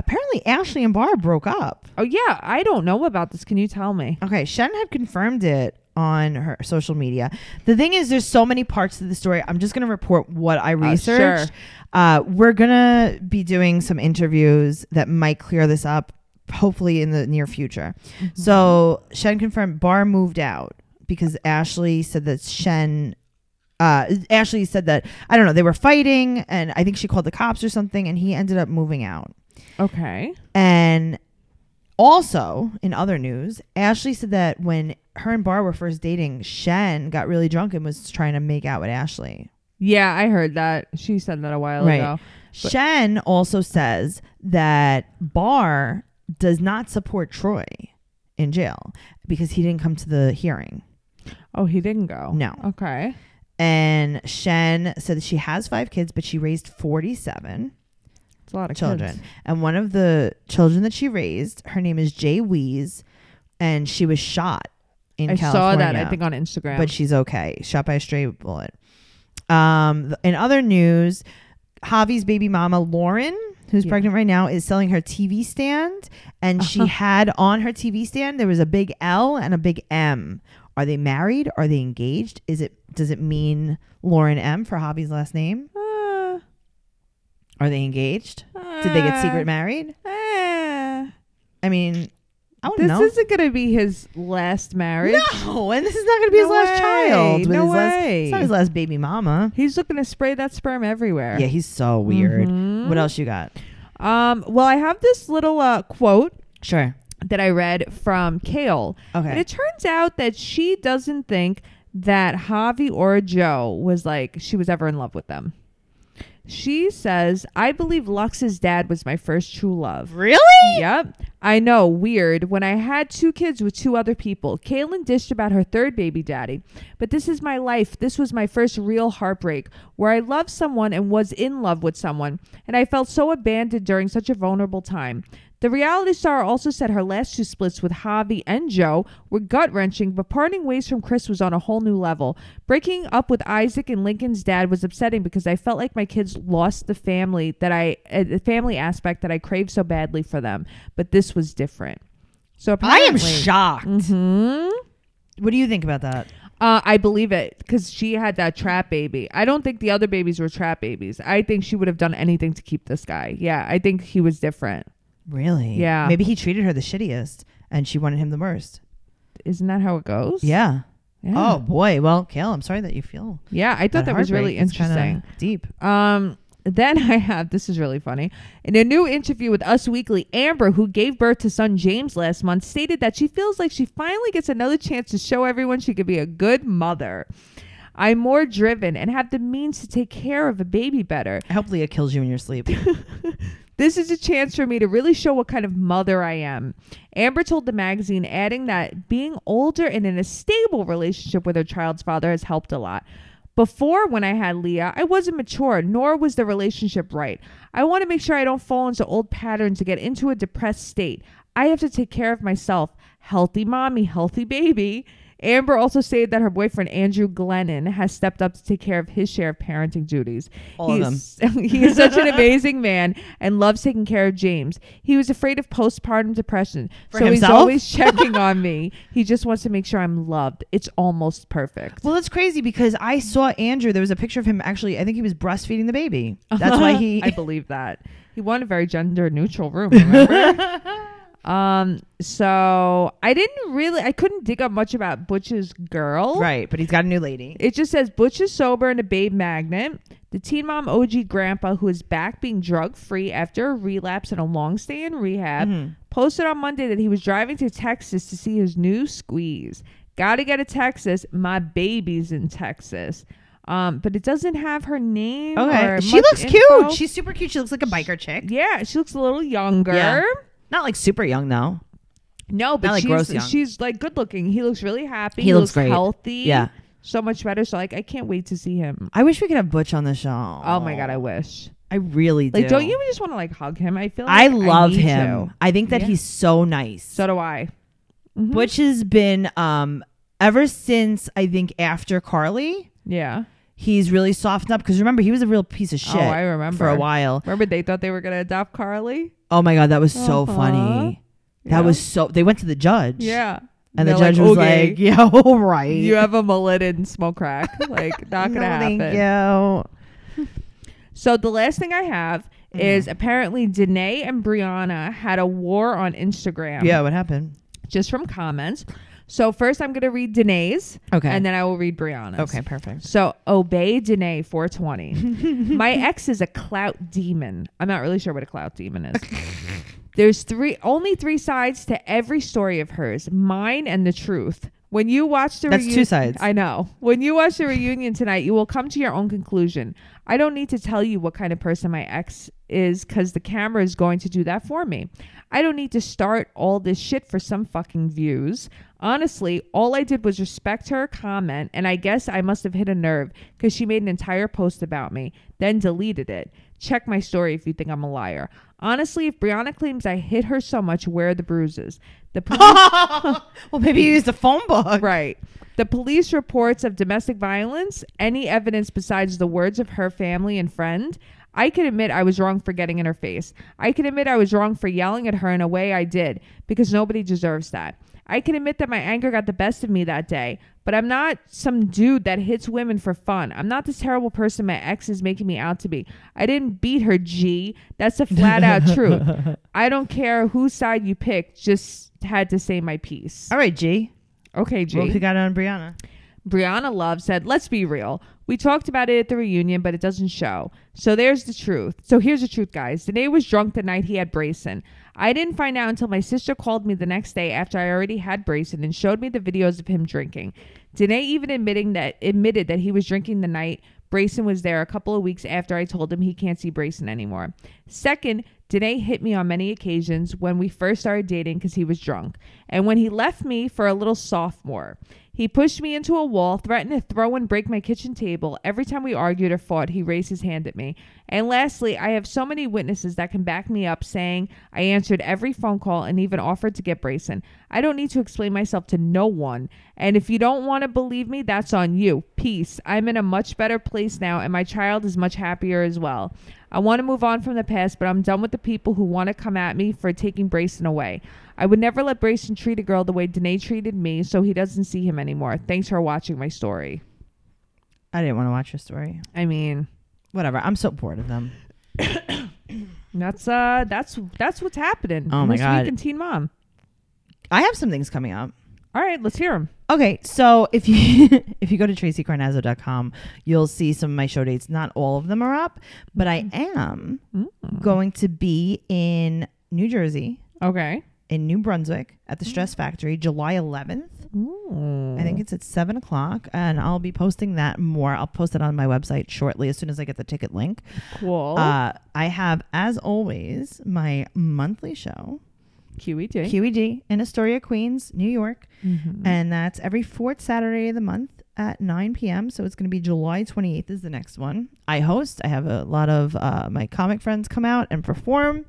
S1: Apparently, Ashley and Barb broke up.
S2: Oh yeah, I don't know about this. Can you tell me?
S1: Okay, Shen had confirmed it on her social media. The thing is, there's so many parts to the story. I'm just gonna report what I
S2: Uh, sure.
S1: researched. Uh, we're gonna be doing some interviews that might clear this up, hopefully in the near future. So Shen confirmed Bar moved out because Ashley said that Shen. Uh, Ashley said that I don't know they were fighting, and I think she called the cops or something, and he ended up moving out.
S2: Okay.
S1: And also, in other news, Ashley said that when her and Bar were first dating, Shen got really drunk and was trying to make out with Ashley.
S2: Yeah, I heard that. She said that a while
S1: Right.
S2: ago. But-
S1: Shen also says that Bar does not support Troy in jail because he didn't come to the hearing.
S2: Oh, he didn't go.
S1: No.
S2: Okay.
S1: And Shen said that she has five kids, but she raised 47.
S2: It's a lot of
S1: children.
S2: kids.
S1: And one of the children that she raised, her name is Jay Weeze, and she was shot in
S2: I saw
S1: California.
S2: that. I think on Instagram.
S1: but she's okay. Shot by a stray bullet. Um, th- in other news, Javi's baby mama Lauren, who's
S2: Yeah.
S1: pregnant right now, is selling her TV stand, and she had on her TV stand there was a big L and a big M. Are they married? Are they engaged? Is it does it mean Lauren M for Javi's last name?
S2: Uh,
S1: Are they engaged? Did they get
S2: uh,
S1: secret married?
S2: uh,
S1: I mean, I don't
S2: this
S1: know.
S2: isn't gonna be his last marriage.
S1: no, and this is not going to be his
S2: No
S1: last
S2: way.
S1: child. with
S2: No
S1: his last- it's
S2: way.
S1: not his last baby mama.
S2: He's looking to spray that sperm everywhere.
S1: Yeah, he's so weird.
S2: Mhm.
S1: What else you got?
S2: Um. Well, I have this little uh, quote
S1: Sure.
S2: that I read from Kale, and
S1: Okay.
S2: it turns out that she doesn't think that Javi or Joe was like she was ever in love with them. She says, "I believe Lux's dad was my first true love."
S1: Really?
S2: Yep. I know, weird. When I had two kids with two other people, Kaylin dished about her third baby daddy. But this is my life. This was my first real heartbreak where I loved someone and was in love with someone. And I felt so abandoned during such a vulnerable time. The reality star also said her last two splits with Javi and Joe were gut wrenching, but parting ways from Chris was on a whole new level. Breaking up with Isaac and Lincoln's dad was upsetting because I felt like my kids lost the family that I, uh, the family aspect that I craved so badly for them. But this was different. So
S1: I
S2: apparently,
S1: am shocked.
S2: Mhm.
S1: What do you think about that?
S2: Uh, I believe it because she had that trap baby. I don't think the other babies were trap babies. I think she would have done anything to keep this guy. Yeah, I think he was different.
S1: Really?
S2: Yeah.
S1: Maybe he treated her the shittiest and she wanted him the worst.
S2: Isn't that how it goes?
S1: Yeah.
S2: Yeah.
S1: Oh, boy. Well, Kale, I'm sorry that you feel.
S2: Yeah, I thought that, was really
S1: heartbreak. It's kinda
S2: interesting.
S1: Deep.
S2: Um, then I have this is really funny. In a new interview with Us Weekly, Amber, who gave birth to son James last month, stated that she feels like she finally gets another chance to show everyone she could be a good mother. I'm more driven and have the means to take care of a baby better.
S1: I hope Leah kills you in your sleep.
S2: This is a chance for me to really show what kind of mother I am. Amber told the magazine, adding that being older and in a stable relationship with her child's father has helped a lot. Before, when I had Leah, I wasn't mature, nor was the relationship right. I want to make sure I don't fall into old patterns and get into a depressed state. I have to take care of myself. Healthy mommy, healthy baby. Amber also stated that her boyfriend Andrew Glennon has stepped up to take care of his share of parenting duties.
S1: All of
S2: He's- he is such an amazing man and loves taking care of James. He was afraid of postpartum depression,
S1: For
S2: so he's
S1: himself?
S2: always checking on me. He just wants to make sure I'm loved. It's almost perfect.
S1: Well, that's crazy because I saw Andrew. There was a picture of him actually. I think he was breastfeeding the baby. That's why he.
S2: I believe that he won a very gender neutral room. Remember? um. So I didn't really. I couldn't dig up much about Butch's girl.
S1: right, but he's got a new lady.
S2: It just says Butch is sober and a babe magnet. The teen mom OG grandpa, who is back being drug free after a relapse and a long stay in rehab,
S1: Mm-hmm.
S2: posted on Monday that he was driving to Texas to see his new squeeze. Gotta get to Texas. My baby's in Texas. Um, but it doesn't have her name.
S1: Okay.
S2: or
S1: She
S2: much
S1: looks
S2: info.
S1: cute. She's super cute. She looks like a biker chick.
S2: yeah, she looks a little younger.
S1: Yeah. Not like super young though.
S2: No, but
S1: like
S2: she's
S1: gross young.
S2: she's like good looking. He looks really happy.
S1: He looks great.
S2: healthy.
S1: Yeah.
S2: so much better. So like, I can't wait to see him.
S1: I wish we could have Butch on the show.
S2: Oh my god, I wish.
S1: I really do.
S2: Like, do. not you just want to like hug him? I feel.
S1: I
S2: like
S1: love
S2: need
S1: him.
S2: to.
S1: I think that
S2: Yeah.
S1: he's so nice.
S2: So do I. Mhm.
S1: Butch has been um ever since I think after Carly,
S2: Yeah.
S1: he's really softened up because remember he was a real piece of shit
S2: Oh, I remember.
S1: for a while.
S2: Remember they thought they were gonna adopt Carly.
S1: Oh my god, that was so
S2: Uh-huh.
S1: funny.
S2: Yeah.
S1: That was so they went to the judge.
S2: Yeah.
S1: And the
S2: They're
S1: judge was
S2: "Okay,
S1: like, Yeah, all right.
S2: you have a mullet and smoke crack. Like not gonna
S1: No,
S2: happen.
S1: thank you.
S2: So the last thing I have
S1: Mm.
S2: is apparently Danae and Brianna had a war on Instagram.
S1: Yeah, what happened?
S2: Just from comments. So first I'm gonna read Danae's
S1: Okay.
S2: and then I will read Brianna's.
S1: okay, perfect.
S2: So obey Danae 420. My ex is a clout demon. I'm not really sure what a clout demon is. There's three only three sides to every story of hers, mine and the truth. When you watch the
S1: That's two
S2: reunion-
S1: sides.
S2: I know. When you watch the reunion tonight, you will come to your own conclusion. I don't need to tell you what kind of person my ex is because the camera is going to do that for me. I don't need to start all this shit for some fucking views. Honestly, all I did was respect her comment, and I guess I must have hit a nerve because she made an entire post about me, then deleted it. Check my story if you think I'm a liar. Honestly, if Brianna claims I hit her so much, where are the bruises? The police
S1: well maybe you used a phone book.
S2: Right. The police reports of domestic violence, any evidence besides the words of her family and friend. I can admit I was wrong for getting in her face. I can admit I was wrong for yelling at her in a way I did because nobody deserves that. I can admit that my anger got the best of me that day, but I'm not some dude that hits women for fun. I'm not this terrible person my ex is making me out to be. I didn't beat her, G. That's the flat out truth. I don't care whose side you pick, just had to say my piece.
S1: All right, G.
S2: Okay, G.
S1: Well, we got it on Brianna.
S2: Brianna Love said, Let's be real. We talked about it at the reunion, but it doesn't show. So there's the truth. So here's the truth, guys. Danae was drunk the night he had Brayson. I didn't find out until my sister called me the next day after I already had Brayson and showed me the videos of him drinking. Danae even admitting that admitted that he was drinking the night Brayson was there a couple of weeks after I told him he can't see Brayson anymore. Second, Danae hit me on many occasions when we first started dating because he was drunk, and when he left me for a little sophomore. He pushed me into a wall, threatened to throw and break my kitchen table. Every time we argued or fought, he raised his hand at me. And lastly, I have so many witnesses that can back me up saying I answered every phone call and even offered to get Brayson. I don't need to explain myself to no one. And if you don't want to believe me, that's on you. Peace. I'm in a much better place now, and my child is much happier as well. I want to move on from the past, but I'm done with the people who want to come at me for taking Brayson away. I would never let Brayson treat a girl the way Danae treated me, so he doesn't see him anymore. Thanks for watching my story.
S1: I didn't want to watch your story.
S2: I mean,
S1: Whatever. I'm so bored of them.
S2: that's uh, that's that's what's happening.
S1: Oh my
S2: this
S1: God.
S2: Week in Teen Mom.
S1: I have some things coming up.
S2: All right, let's hear him.
S1: Okay, so if you if you go to tracycarnazzo.com, you'll see some of my show dates. Not all of them are up, but I am going to be in New Jersey,
S2: Okay.
S1: in New Brunswick, at the Stress Factory, July 11th. I think it's at seven o'clock, and I'll be posting that more. I'll post it on my website shortly, as soon as I get the ticket link.
S2: cool.
S1: Uh, I have, as always, my monthly show.
S2: QED.
S1: QED E in Astoria, Queens, New York.
S2: Mm-hmm.
S1: And that's every fourth Saturday of the month at 9 p.m. So it's going to be July 28th is the next one. I host. I have a lot of uh, my comic friends come out and perform.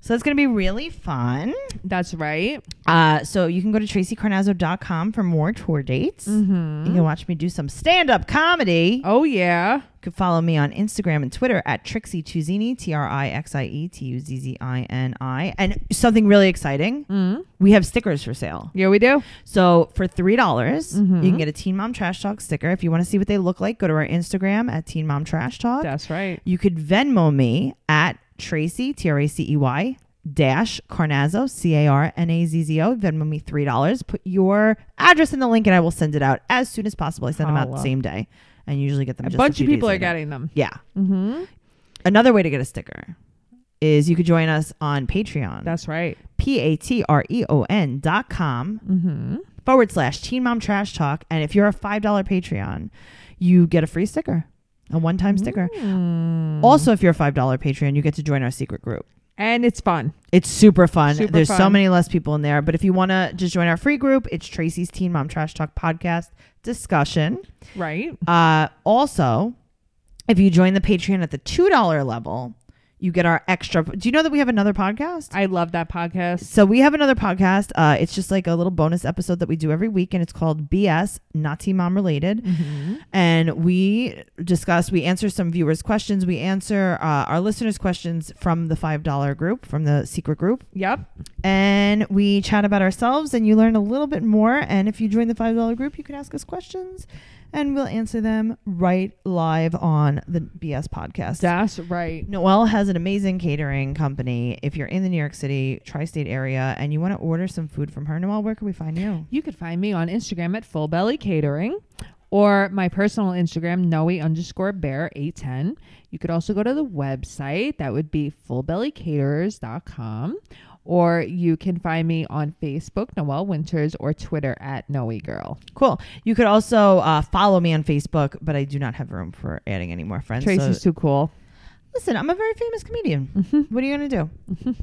S1: So that's going to be really fun.
S2: that's right.
S1: Uh, so you can go to tracycarnazzo.com for more tour dates. You can watch me do some stand-up comedy.
S2: Mm-hmm. Oh yeah.
S1: You can follow me on Instagram and Twitter at Trixie Tuzini, T R I X I E T U Z Z I N I. And something really exciting
S2: Mm.
S1: we have stickers for sale.
S2: Yeah, we do.
S1: So for $3, dollars
S2: Mhm.
S1: you can get a Teen Mom Trash Talk sticker. If you want to see what they look like, go to our Instagram at Teen Mom Trash Talk.
S2: That's right.
S1: You could Venmo me at Tracy, T R A C E Y. Dash Carnazzo, C A R N A Z Z O. Venmo me three dollars. Put your address in the link, and I will send it out as soon as possible. I send them out the
S2: Holla.
S1: same day, and usually get them.
S2: A
S1: just
S2: bunch
S1: few
S2: of people
S1: days
S2: are
S1: later.
S2: getting them.
S1: Yeah.
S2: Mm-hmm.
S1: Another way to get a sticker is you could join us on Patreon.
S2: That's right.
S1: P A T R E O N dot com
S2: Mm-hmm.
S1: forward slash Teen Mom Trash Talk. And if you're a $5 Patreon, you get a free sticker, a one time sticker.
S2: Mm.
S1: Also, if you're a $5 Patreon, you get to join our secret group.
S2: and it's fun.
S1: It's super fun.
S2: Super
S1: There's so
S2: fun.
S1: many less people in there. But if you want to just join our free group, it's Tracy's Teen Mom Trash Talk podcast discussion.
S2: Right.
S1: Uh, also, if you join the Patreon at the $2 level, you get our extra. Do you know that we have another podcast?
S2: I love that podcast.
S1: So we have another podcast. Uh, it's just like a little bonus episode that we do every week, and it's called BS, not Teen Mom Related. And we discuss, we answer some viewers' questions. We answer uh, our listeners' questions from the $5 group, from the secret group
S2: Yep.
S1: and we chat about ourselves and you learn a little bit more and if you join the $5 group you can ask us questions and we'll answer them right live on the bs podcast
S2: That's right.
S1: noelle has an amazing catering company if you're in the new york city tri-state area and you want to order some food from her noelle where can we find you
S2: You could find me on Instagram at Full Belly Catering or my personal Instagram, Noe underscore bear 810. You could also go to the website. That would be fullbellycaterers.com. Or you can find me on Facebook, Noelle Winters, or Twitter at Noe Girl.
S1: cool you could also uh, follow me on facebook but i do not have room for adding any more friends so- Mm-hmm.
S2: Tracy's too cool.
S1: Listen, I'm a very famous comedian. What are you going to do?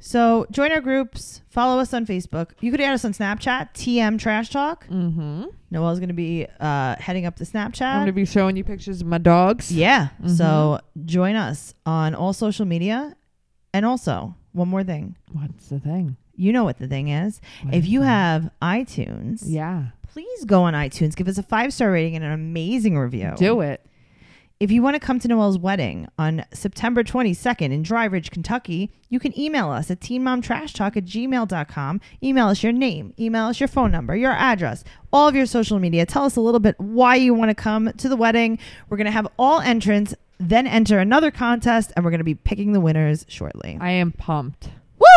S1: so join our groups, follow us on Facebook. You could add us on Snapchat, TM Trash Talk.
S2: Mm-hmm.
S1: Noelle's going to be uh, heading up the
S2: I'm gonna
S1: Snapchat.
S2: be showing you pictures of my dogs.
S1: yeah.
S2: Mhm.
S1: So join us on all social media. And also, one more thing.
S2: What's the thing?
S1: You know what the thing is.
S2: What
S1: If
S2: is
S1: you
S2: it?
S1: have iTunes,
S2: yeah,
S1: please go on iTunes, give us a five star rating and an amazing review.
S2: do it.
S1: If you want to come to Noelle's wedding on September 22nd in Dry Ridge, Kentucky, you can email us at teenmomtrashtalk at gmail.com. Email us your name, email us your phone number, your address, all of your social media. Tell us a little bit why you want to come to the wedding. We're going to have all entrants, then enter another contest, and we're going to be picking the winners shortly.
S2: I am pumped.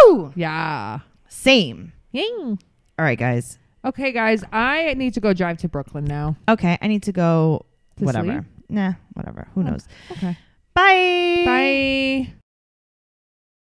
S1: Woo!
S2: Yeah.
S1: Same.
S2: Ying.
S1: All right, guys.
S2: Okay, guys, I need to go drive to Brooklyn now.
S1: Okay, I need to go.
S2: To
S1: whatever.
S2: sleep?
S1: Nah, whatever. Who knows?
S2: Okay.
S1: Bye.
S2: Bye.